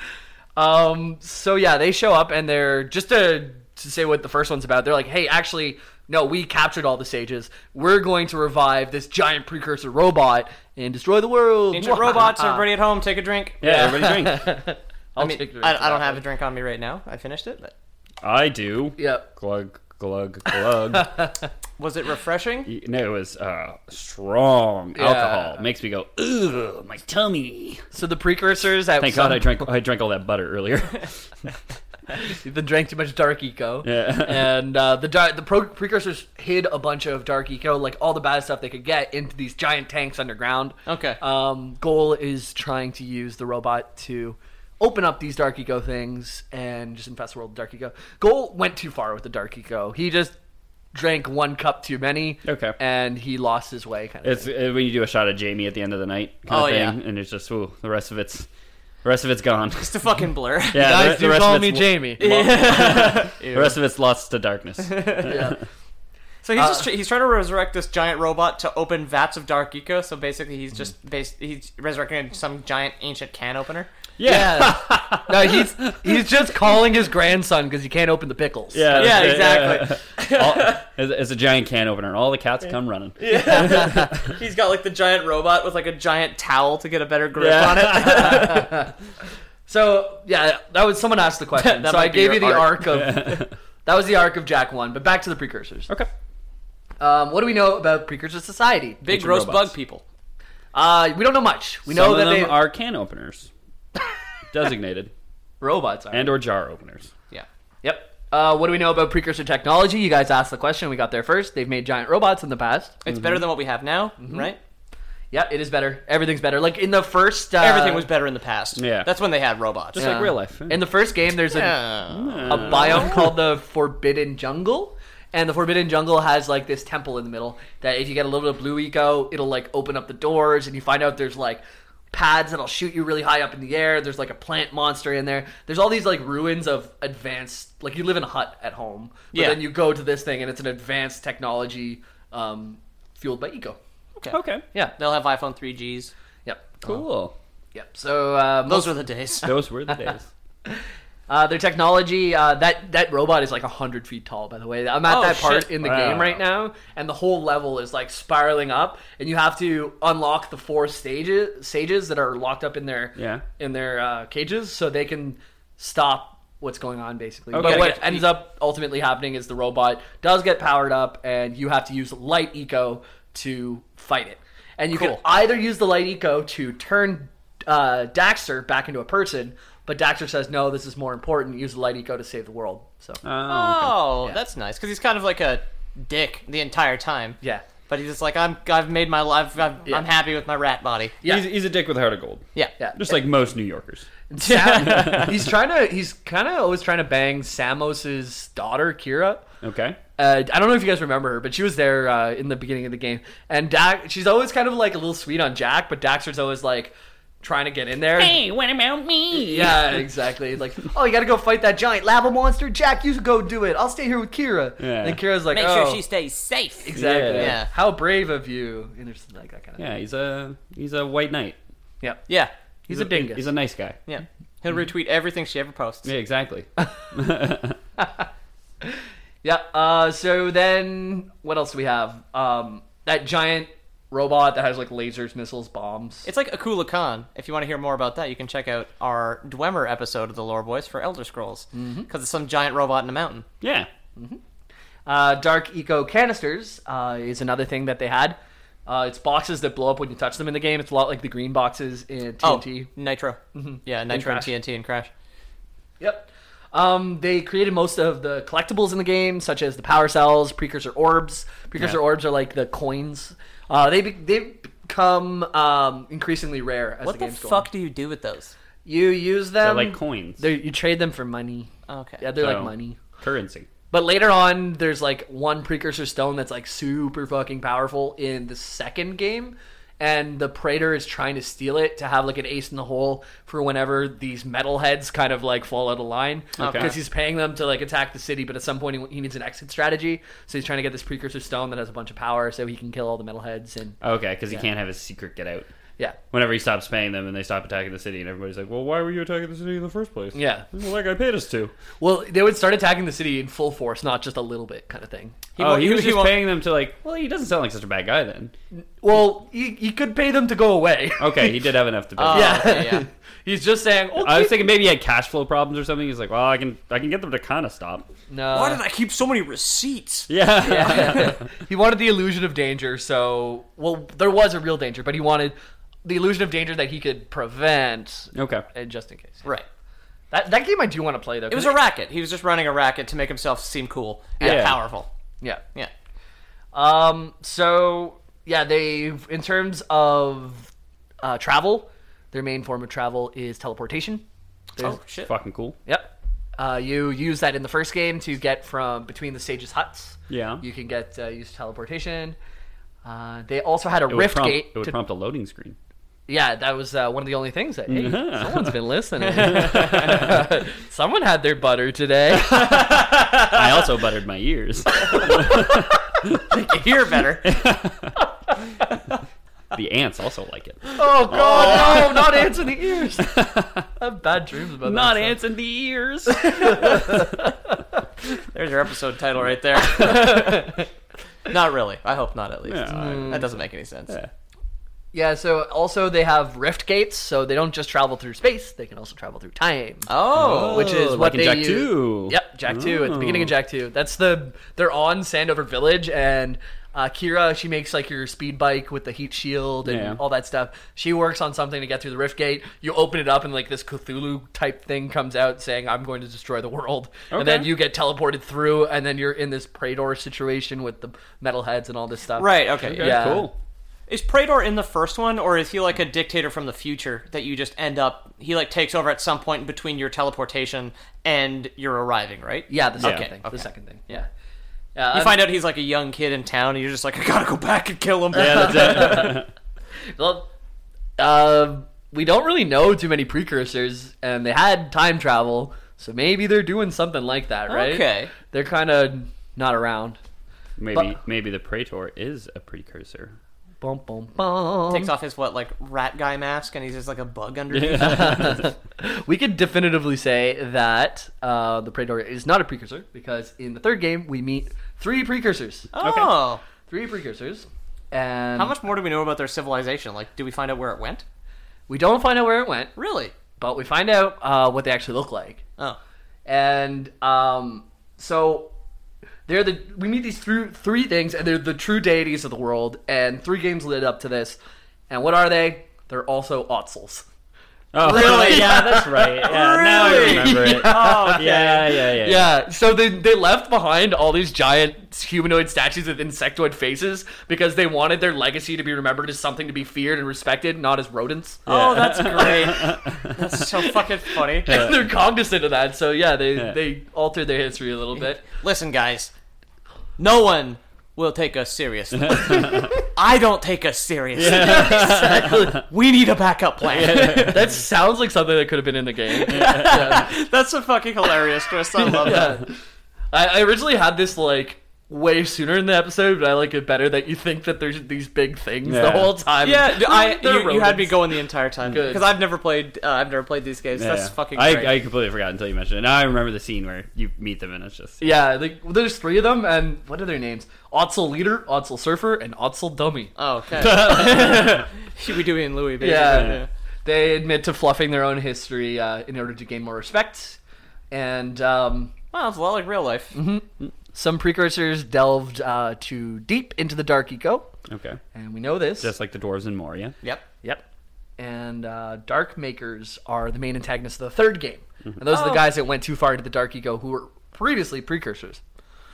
S1: Um, so yeah, they show up and they're just to, to say what the first one's about. They're like, hey, actually, no, we captured all the sages. We're going to revive this giant precursor robot and destroy the world.
S2: Ancient robots, everybody at home, take a drink.
S3: yeah, everybody drink.
S1: I'll
S2: I mean,
S1: take your-
S2: I, I don't have a drink on me right now. I finished it. But
S3: I do.
S1: Yep.
S3: Glug glug glug.
S2: was it refreshing?
S3: You- no, it was uh, strong alcohol. Makes me go ugh, my tummy.
S1: So the precursors. At
S3: Thank
S1: some
S3: God I drank. I drank all that butter earlier.
S1: You've been drank too much dark eco.
S3: Yeah.
S1: and uh, the di- the pro- precursors hid a bunch of dark eco, like all the bad stuff they could get, into these giant tanks underground.
S2: Okay.
S1: Um, goal is trying to use the robot to open up these dark eco things and just infest the world with dark eco. Goal went too far with the dark eco. He just drank one cup too many.
S3: Okay.
S1: And he lost his way. Kind of.
S3: it's uh, when you do a shot of Jamie at the end of the night. Kind
S2: Oh,
S3: of thing,
S2: yeah.
S3: And it's just ooh, the rest of it's the rest of it's gone.
S2: It's a fucking blur.
S3: Yeah,
S1: Guys,
S3: the,
S1: do
S3: the rest
S1: call
S3: of
S1: me
S3: it's lo-
S1: Jamie.
S3: The rest of it's lost to darkness.
S1: yeah.
S2: So he's
S3: Uh,
S2: just he's trying to resurrect this giant robot to open vats of dark eco. So basically, he's
S3: Mm-hmm.
S2: just bas- he's resurrecting some giant ancient can opener.
S3: yeah.
S1: Yeah. no, he's he's just calling his grandson because he can't open the pickles.
S3: Yeah,
S2: Yeah,
S3: that's it,
S2: exactly.
S3: yeah. uh, All- it's, it's a giant can opener, and all the cats come running. Yeah,
S2: He's got like the giant robot with like a giant towel to get a better grip
S3: Yeah.
S2: on it.
S1: So yeah, that was someone asked the question.
S2: That
S1: so
S2: might
S1: I
S2: be
S1: gave you
S2: your
S1: the arc,
S2: arc.
S1: of that was the arc of Jack One. But back to the precursors.
S3: Okay.
S1: Um, what do we know about precursor society?
S2: Big
S3: Ancient
S2: gross
S3: robots.
S2: bug people.
S1: Uh, we don't know much. We know
S3: Some
S1: that
S3: of them
S1: they
S3: are can openers, designated,
S1: robots. Are.
S3: and or jar openers.
S2: Yeah.
S1: yep. Uh, what do we know about precursor technology? You guys asked the question. We got there first. They've made giant robots in the past.
S2: It's
S3: Mm-hmm.
S2: better than what we have now, right?
S1: Yep, it is better. Everything's better. Like in the first, uh,
S2: Everything was better in the past.
S3: Yeah.
S2: That's when they had robots.
S3: Just like real life.
S1: in the first game. There's a
S2: Yeah.
S1: a biome called the Forbidden Jungle. And the Forbidden Jungle has like this temple in the middle that if you get a little bit of blue eco, it'll like open up the doors and you find out there's like pads that'll shoot you really high up in the air. There's like a plant monster in there. There's all these like ruins of advanced like you live in a hut at home. But
S2: Yeah.
S1: then you go to this thing and it's an advanced technology um, fueled by eco.
S3: okay.
S1: Yeah.
S2: They'll have iPhone 3Gs.
S1: Yep.
S3: Cool.
S1: Yep. So uh,
S2: Those were the days.
S3: Those were the days.
S1: Uh, their technology uh, that that robot is like hundred feet tall. By the way, I'm at
S2: Oh,
S1: that part
S2: shit.
S1: in the
S3: Wow.
S1: game right now, and the whole level is like spiraling up, and you have to unlock the four stages sages that are locked up in their
S3: Yeah.
S1: in their uh, cages, so they can stop what's going on basically.
S3: Okay.
S1: But
S3: Gotta
S1: what
S3: get-
S1: ends up ultimately happening is the robot does get powered up, and you have to use light eco to fight it. And you can
S2: Cool.
S1: either use the light eco to turn uh, Daxter back into a person, but Daxter says no, this is more important. Use the light eco to save the world. So
S3: Uh,
S2: Oh, that's nice because he's kind of like a dick the entire time.
S1: yeah,
S2: But he's just like I'm. I've made my life. I'm,
S1: Yeah.
S2: I'm happy with my rat body.
S1: yeah.
S3: He's, he's a dick with a heart of gold.
S2: Yeah.
S1: yeah.
S3: Just like most New Yorkers.
S1: Sam, he's trying to. He's kind of always trying to bang Samos's daughter, Kira.
S3: Okay.
S1: Uh, I don't know if you guys remember her, but she was there uh, in the beginning of the game. And Dax, she's always kind of like a little sweet on Jack, but Daxter's always like trying to get in there.
S4: Hey, what about me?
S1: Yeah, exactly. Like, oh, you got to go fight that giant lava monster, Jack. You go do it. I'll stay here with Kira.
S3: Yeah.
S1: And Kira's like,
S4: Make
S1: oh,
S4: sure she stays safe.
S1: exactly.
S3: Yeah.
S2: Yeah.
S1: How brave of you. And there's like that kind of.
S3: Yeah, he's a he's a white knight.
S1: Yeah.
S2: Yeah.
S1: He's, a dingus.
S3: He's a nice guy.
S2: Yeah. He'll retweet everything she ever posts.
S3: Yeah, exactly.
S1: Yeah. Uh, so then, what else do we have? Um, that giant robot that has like lasers, missiles, bombs.
S2: It's like Akula Khan. If you want to hear more about that, you can check out our Dwemer episode of the Lore Boys for Elder Scrolls because
S1: Mm-hmm.
S2: it's some giant robot in a mountain.
S3: yeah.
S1: Uh, dark eco canisters uh, is another thing that they had. Uh, it's boxes that blow up when you touch them in the game. It's a lot like the green boxes in TNT.
S2: Oh, Nitro. Yeah, Nitro and
S1: Crash.
S2: TNT and Crash.
S1: Yep. Um, they created most of the collectibles in the game, such as the power cells, precursor orbs. Precursor
S3: Yeah.
S1: orbs are like the coins. Uh, they be- they become um, increasingly rare as
S2: What
S1: the
S2: the,
S1: game's
S2: fuck do you do with those?
S1: going. You use them
S3: like coins.
S1: They're, you trade them for money.
S2: Okay.
S1: Yeah, they're like
S3: So,
S1: money.
S3: Currency.
S1: But later on, there's like one precursor stone that's like super fucking powerful in the second game, and the Praetor is trying to steal it to have like an ace in the hole for whenever these metalheads kind of like fall out of line because
S3: Okay.
S1: he's paying them to like attack the city. But at some point, he, he needs an exit strategy, so he's trying to get this precursor stone that has a bunch of power so he can kill all the metalheads. And
S3: Okay, because he can't have his secret get out.
S1: yeah,
S3: Whenever he stops paying them and they stop attacking the city, and everybody's like, "Well, why were you attacking the city in the first place?"
S1: Yeah.
S3: Well, that guy paid us to.
S1: well, they would start attacking the city in full force, not just a little bit kind of thing.
S3: oh,
S2: won't-
S3: he
S2: he-
S3: was
S2: he
S3: just
S2: won't-
S3: paying them to like. Well, he doesn't sound like such a bad guy then.
S1: Well, he, he could pay them to go away.
S3: Okay, he did have enough to pay.
S2: Oh,
S1: Yeah.
S2: okay, yeah.
S1: he's just saying. Oh,
S3: I was thinking maybe he had cash flow problems or something. He's like, "Well, I can I can get them to kind of stop."
S1: no.
S2: I keep so many receipts?
S3: Yeah.
S1: he wanted the illusion of danger, so well, there was a real danger, but he wanted the illusion of danger that he could prevent,
S3: okay.
S1: and just in case.
S2: Right.
S1: That that game I do want to play though.
S2: It was a racket. He was just running a racket to make himself seem cool and
S3: Yeah.
S2: powerful.
S1: yeah.
S2: Yeah.
S1: Um. So yeah, they've in terms of uh, travel, their main form of travel is teleportation. There's-
S2: Oh shit.
S3: Fucking cool.
S1: Yep. Uh, you use that in the first game to get from between the sages' huts.
S3: Yeah.
S1: You can get uh, use teleportation. Uh, they also had a
S3: It would
S1: rift
S3: prompt-
S1: gate.
S3: It would
S1: to-
S3: prompt a loading screen.
S1: Yeah, that was uh, one of the only things that. Hey, someone's been listening. Someone had their butter today.
S3: I also buttered my ears.
S2: You hear better.
S3: The ants also like it.
S1: oh God, no! Not ants in the ears. I have bad dreams about
S3: Not
S1: that.
S3: ants in the ears.
S2: There's your episode title right there. not really. I hope not. At least
S3: Yeah, I-
S2: that doesn't make any sense.
S1: Yeah. So also they have rift gates, so they don't just travel through space; they can also travel through time.
S2: Oh,
S1: Which is
S3: Oh,
S1: what
S3: like in
S1: they
S3: Jack
S1: use.
S3: 2.
S1: Yep, Jack Two. At the beginning of Jack Two, that's the they're on Sandover Village, and uh, Kira she makes like your speed bike with the heat shield and
S3: Yeah.
S1: all that stuff. She works on something to get through the Rift Gate. You open it up, and like this Cthulhu type thing comes out saying, "I'm going to destroy the world," and
S3: Okay.
S1: then you get teleported through, and then you're in this Praetor situation with the metal heads and all this stuff.
S2: right. Okay.
S3: Okay,
S1: Yeah.
S3: Cool.
S2: Is Praetor in the first one, or is he like a dictator from the future that you just end up? He like takes over at some point between your teleportation and your arriving, right?
S1: Yeah, the second
S3: Okay,
S1: thing.
S2: okay.
S1: The second thing. Yeah. Yeah,
S2: You
S1: I'm-
S2: find out he's like a young kid in town, and you're just like, I gotta go back and kill him.
S3: Yeah, that's it.
S1: Well, uh, we don't really know too many precursors, and they had time travel, so maybe they're doing something like that, right?
S2: Okay.
S1: They're kind of not around.
S3: Maybe
S1: But-
S3: maybe the Praetor is a precursor.
S1: Bum, bum, bum.
S2: Takes off his what like rat guy mask, and he's just like a bug underneath.
S1: We could definitively say that uh, the Praetor is not a precursor because in the third game we meet three precursors.
S2: Oh,
S1: Three precursors. And
S2: how much more do we know about their civilization? Like, do we find out where it went?
S1: we don't find out where it went,
S2: Really?
S1: but we find out uh, what they actually look like.
S2: Oh,
S1: and um, so they're the we meet these three three things, and they're the true deities of the world. And three games led up to this, and what are they? They're also Otzels.
S3: Oh, really? Yeah, that's right. Yeah, now I remember it. Oh, yeah, yeah, yeah.
S1: Yeah, so they, they left behind all these giant humanoid statues with insectoid faces because they wanted their legacy to be remembered as something to be feared and respected, not as rodents.
S2: Oh, that's great. that's so fucking funny.
S1: And they're cognizant of that, so yeah, they, they altered their history a little bit.
S2: Listen, guys, no one will take us seriously. I don't take us seriously. we need a backup plan.
S1: that sounds like something that could have been in the game.
S2: That's a fucking hilarious twist. I love that.
S1: I, I originally had this like way sooner in the episode, but I like it better that you think that there's these big things the
S3: Yeah.
S1: whole time.
S2: Yeah, d- I,
S1: They're
S2: you, you had me
S1: rodents.
S2: going the entire time
S1: Good.
S2: because I've never played. Uh, I've never played these games.
S3: Yeah,
S2: That's
S3: yeah.
S2: fucking
S3: I,
S2: great.
S3: I completely forgot until you mentioned it. Now I remember the scene where you meet them and it's just.
S1: Yeah, like well, there's three of them, and what are their names? Otzel Leader, Otzel Surfer, and Otzel Dummy.
S2: oh, okay. Should we do it in Louis? Basically.
S1: Yeah. They admit to fluffing their own history uh, in order to gain more respect. And um,
S2: Wow, it's a lot like real life.
S3: Mm-hmm.
S1: some precursors delved uh, too deep into the dark eco.
S3: Okay.
S1: And we know this.
S3: Just like the dwarves in Moria.
S2: Yep.
S1: Yep. And uh, Dark Makers are the main antagonists of the third game.
S2: Mm-hmm.
S1: And those are the guys that went too far into the dark ego who were previously precursors.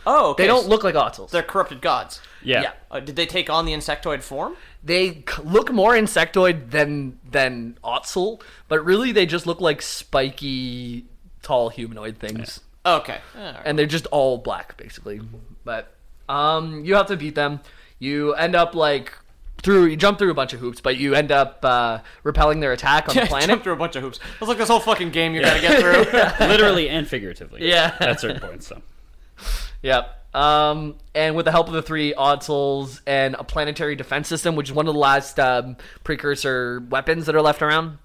S2: Oh, okay.
S1: They don't
S2: so
S1: look like Otzels.
S2: They're corrupted gods.
S3: Yeah.
S1: Yeah.
S2: Uh, did they take on the insectoid form?
S1: they c- look more insectoid than than Otzel, but really they just look like spiky, tall humanoid things.
S2: Okay. Alright.
S1: and they're just all black basically. But um, you have to beat them. You end up like through you jump through a bunch of hoops, but you end up uh, repelling their attack on the
S2: I
S1: planet.
S2: jumped through a bunch of hoops. It's like this whole fucking game you gotta get through.
S3: Literally and figuratively.
S1: Yeah.
S3: At certain points, so.
S1: Yep. Um, and with the help of the three odd souls and a planetary defense system, which is one of the last um, precursor weapons that are left around.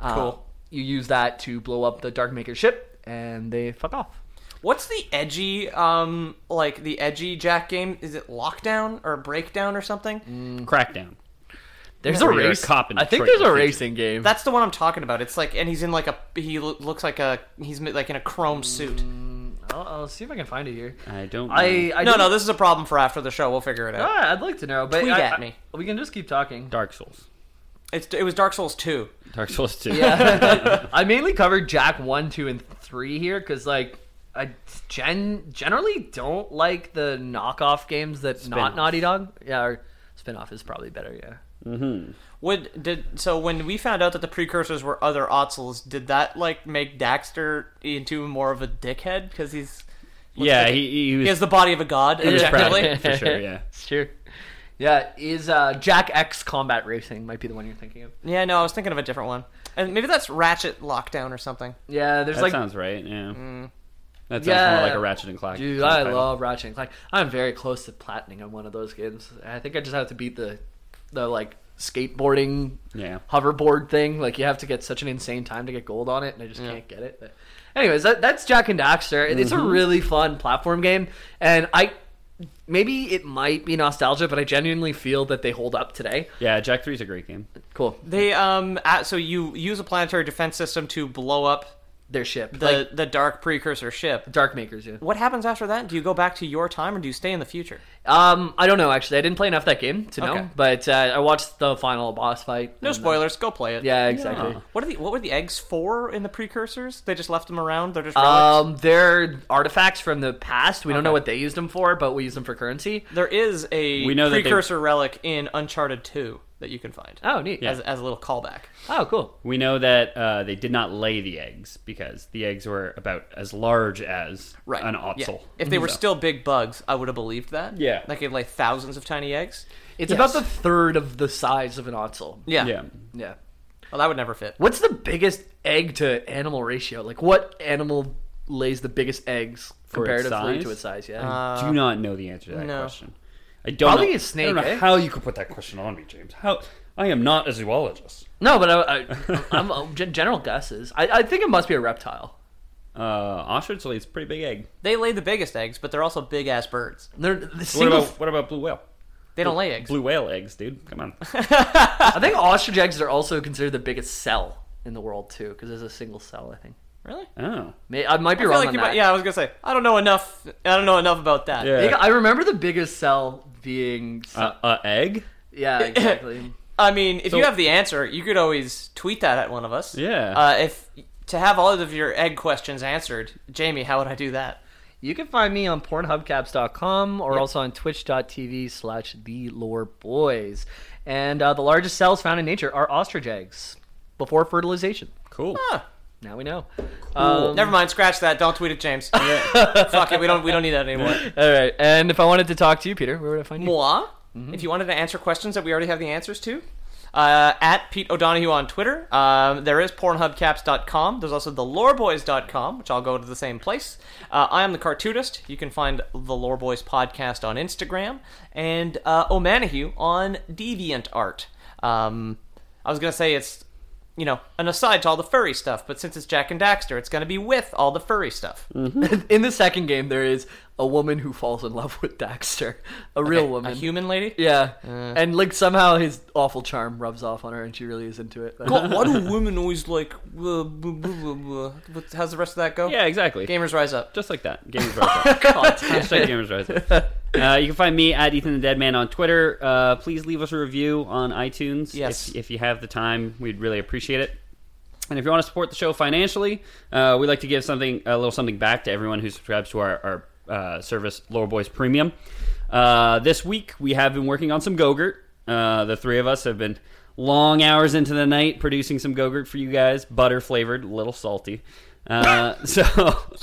S1: uh,
S2: Cool.
S1: you use that to blow up the Darkmaker ship, and they fuck off.
S2: What's the edgy, um, like the edgy Jack game? Is it Lockdown or Breakdown or something?
S3: Crackdown.
S1: There's
S3: Where
S1: a
S3: you're a
S1: race.
S3: cop in
S1: I think
S3: Detroit
S1: there's a
S3: in the future.
S1: racing game.
S2: That's the one I'm talking about. It's like, and he's in like a, he lo- looks like a, he's mi- like in a chrome suit.
S1: I'll, I'll see if I can find it here.
S3: I don't.
S1: I,
S3: know.
S1: I
S2: no,
S1: didn't-
S2: no, this is a problem for after the show. We'll figure it out.
S1: Ah, I'd like to know, but
S2: Tweet
S1: I-
S2: at
S1: I-
S2: me.
S1: we can just keep talking.
S3: Dark Souls.
S2: It's, it was Dark Souls 2.
S3: Dark Souls 2.
S1: I mainly covered Jack one, two, and three here because like I gen generally don't like the knockoff games that not
S3: Spin-off.
S1: Naughty Dog. Yeah, or spinoff is probably better. Yeah,
S2: Would did so when we found out that the precursors were other Otzels, did that like make Daxter into more of a dickhead because he's looks
S3: Yeah,
S2: like-
S3: he- he
S2: he
S3: was-
S2: has the body of a god
S3: He was proud of
S2: objectively.
S3: it, for sure, yeah.
S1: it's true. Yeah, is uh, Jack X Combat Racing might be the one you're thinking of.
S2: Yeah, no, I was thinking of a different one, and maybe that's Ratchet Lockdown or something.
S1: Yeah, there's
S3: That
S1: like.
S3: sounds right, yeah.
S2: Mm.
S3: That sounds
S1: Yeah.
S3: more like a Ratchet and Clank.
S1: Dude, I love Ratchet and Clank. I'm very close to platining on one of those games. I think I just have to beat the, the like skateboarding
S3: Yeah.
S1: hoverboard thing. Like you have to get such an insane time to get gold on it, and I just can't get it. But anyways, that, that's Jack and Daxter. It's
S2: Mm-hmm.
S1: a really fun platform game, and I maybe it might be nostalgia, but I genuinely feel that they hold up today.
S3: Yeah, Jack 3 is a great game.
S1: Cool,
S2: They um at, so you use a planetary defense system to blow up
S1: their ship,
S2: the
S1: like
S2: the dark precursor ship.
S1: Dark Makers. Yeah.
S2: What happens after that? Do you go back to your time or do you stay in the future?
S1: Um, I don't know actually. I didn't play enough of that game to know,
S2: Okay.
S1: but uh, I watched the final boss fight.
S2: No
S1: and, uh,
S2: spoilers. Go play it.
S1: Yeah, exactly.
S2: What are the what were the eggs for in the precursors? They just left them around. They're just relics?
S1: Um, they're artifacts from the past. We don't know what they used them for, but we use them for currency.
S2: There is a
S3: We know that they-
S2: precursor relic in Uncharted 2 that you can find
S1: Oh, neat.
S2: as, as a little callback.
S1: Oh, cool.
S3: We know that uh, they did not lay the eggs because the eggs were about as large as an
S2: Yeah.
S3: otzel.
S2: If they were
S3: So-
S2: still big bugs, I would have believed that.
S3: Yeah.
S2: Like they lay thousands of tiny eggs.
S1: It's about the third of the size of an otzel.
S2: Yeah.
S3: Yeah.
S1: Yeah.
S2: Well, that would never fit.
S1: What's the biggest egg to animal ratio? Like, what animal lays the biggest eggs
S3: its
S1: comparatively
S3: size?
S1: to its size? Yeah.
S2: Uh,
S3: Do not know the answer to that
S2: no.
S3: question. I don't
S1: Probably
S3: know,
S1: a snake,
S3: I don't know
S1: eh?
S3: how you could put that question on me, James. How I am not a zoologist.
S1: no, but I, I, I'm uh, gen- general guesses. I, I think it must be a reptile.
S3: Uh, ostrich lays a pretty big egg.
S2: They lay the biggest eggs, but they're also big ass birds.
S1: They're the
S3: What
S1: single.
S3: about what about blue whale?
S2: They don't lay eggs.
S3: Blue whale eggs, dude. Come on.
S1: I think ostrich eggs are also considered the biggest cell in the world too, because there's a single cell. I think.
S2: Really?
S3: Oh,
S1: May- I might be
S2: I feel
S1: wrong
S2: like
S1: on
S2: you
S1: that.
S2: might, yeah, I was gonna say I don't know enough. I don't know enough about that.
S3: yeah.
S1: I think- I remember the biggest sell being.
S3: uh, uh, egg.
S1: yeah, exactly.
S2: I mean, if
S3: So-
S2: you have the answer, you could always tweet that at one of us.
S3: Yeah.
S2: Uh, if to have all of your egg questions answered, Jamie, how would I do that?
S1: You can find me on pornhubcaps.com or also on twitch.tv slash the lore boys. And uh, the largest cells found in nature are ostrich eggs before fertilization.
S3: Cool.
S2: Huh.
S1: Now we know.
S3: Um,
S2: Never mind. Scratch that. Don't tweet it, James. Fuck it. We don't. We don't need that anymore.
S1: All right. And if I wanted to talk to you, Peter, where would I find you?
S2: Moi. If you wanted to answer questions that we already have the answers to, uh, at Pete O'Donohue on Twitter. Um, there is pornhubcaps.com. There's also theloreboys.com, which I'll go to the same place. Uh, I am the cartoonist. You can find the Lore Boys podcast on Instagram and uh, O'Manahue on DeviantArt. Um, I was going to say it's, you know, an aside to all the furry stuff, but since it's Jack and Daxter, it's going to be with all the furry stuff.
S1: In the second game, there is a woman who falls in love with Daxter, a Uh. real woman.
S2: A human lady?
S1: Yeah. and like somehow his awful charm rubs off on her and she really is into it.
S2: God, why do women always like? Uh, blah, blah, blah, blah. What- How's the rest of that go?
S3: Yeah, exactly.
S2: Gamers rise up.
S3: Just like that. Gamers Rise Up. Hashtag Gamers Rise Up. Uh, you can find me at Ethan the Dead Man on Twitter. Uh, please leave us a review on iTunes.
S2: Yes.
S3: If, if you have the time, we'd really appreciate it. And if you want to support the show financially, uh, we like to give something a little something back to everyone who subscribes to our, our uh, service, Lower Boys Premium. Uh, this week, we have been working on some Gogurt. Uh, the three of us have been long hours into the night producing some Gogurt for you guys, butter flavored, a little salty. Uh, so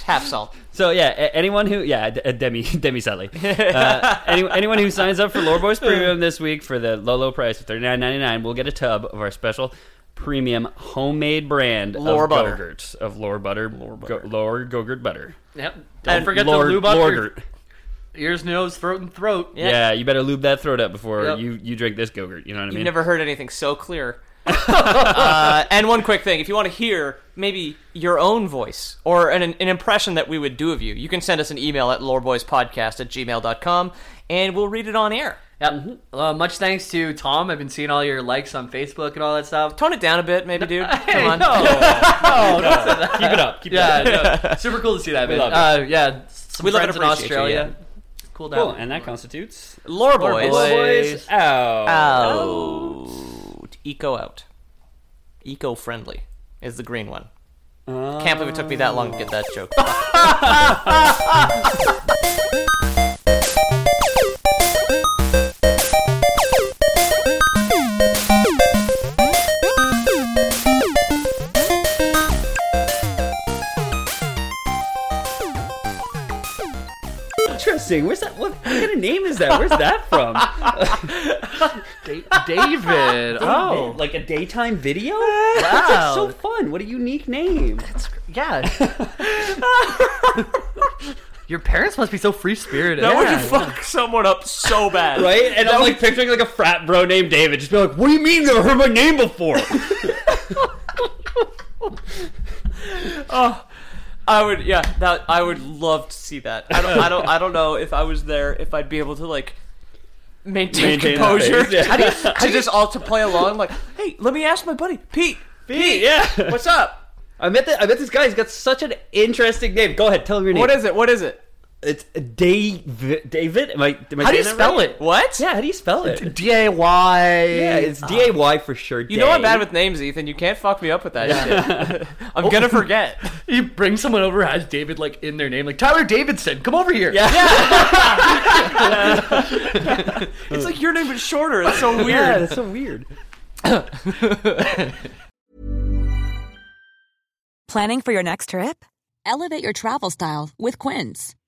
S2: Half salt.
S3: so yeah, a- anyone who yeah, d- a demi demi Sally. Uh, any, anyone who signs up for Lore Boys Premium this week for the low low price of thirty nine ninety nine will get a tub of our special premium homemade brand
S2: Lore
S3: of
S2: butter.
S3: Gogurt, of lore butter, lore, go, lore Gogurt butter.
S1: Yep.
S2: And forget
S3: lore,
S2: to lube up your-
S3: Lorgurt.
S1: Ears, nose, throat, and throat.
S3: Yeah. you better lube that throat up before
S1: Yep.
S3: you you drink this Gogurt. You know what I mean?
S2: You've never heard anything so clear. uh, and one quick thing: if you want to hear maybe your own voice or an, an impression that we would do of you, you can send us an email at loreboyspodcast at gmail.com and we'll read it on air.
S1: Yep. Uh, much thanks to Tom. I've been seeing all your likes on Facebook and all that stuff.
S2: Tone it down a bit, maybe, dude. Come on.
S3: keep it up. Keep it up.
S1: Yeah, no, super cool to see that. We
S3: love
S1: uh, yeah, some
S2: We love
S1: friends
S2: and
S1: in
S2: appreciate you,
S1: Australia. Cool down.
S3: Cool, and that constitutes
S2: Lore boys.
S3: Lore
S1: Boys.
S3: Boys out.
S2: out. Eco out. Eco friendly is the green one. Can't believe it took me that long to get that joke.
S3: Oh, Interesting. Where's that? What, what kind of name is that? Where's that from?
S1: Da- David. oh,
S3: like a daytime video. Wow, that's like, so fun! What a unique name.
S1: yeah. your parents must be so free spirited.
S2: That would fuck someone up so bad.
S3: Right? And I'm like picturing like a frat bro named David, just be like, "What do you mean never heard my name before?"
S2: I would, yeah, that I would love to see that. I don't, I don't, I don't know if I was there, if I'd be able to like maintain,
S3: Maintain that
S2: composure.
S3: face, yeah.
S2: How do you, to just all to play along? Like, hey, let me ask my buddy Pete. Pete,
S3: yeah.
S2: what's up?
S3: I met that. I met this guy. He's got such an interesting name. Go ahead, tell him your name.
S2: What is it? What is it?
S3: It's David. David. Am I? Am I
S1: How do you
S3: saying that
S1: spell
S3: right?
S1: it?
S2: What?
S3: Yeah. How do you spell it?
S1: D A Y.
S3: Yeah, it's D A Y for sure.
S2: You know I'm bad with names, Ethan. You can't fuck me up with that shit. I'm gonna forget.
S1: You bring someone over has David like in their name, like Tyler Davidson. Come over here. Yeah.
S2: It's like your name is shorter. It's so weird.
S3: Yeah, that's so weird.
S5: Planning for your next trip?
S6: Elevate your travel style with Quince.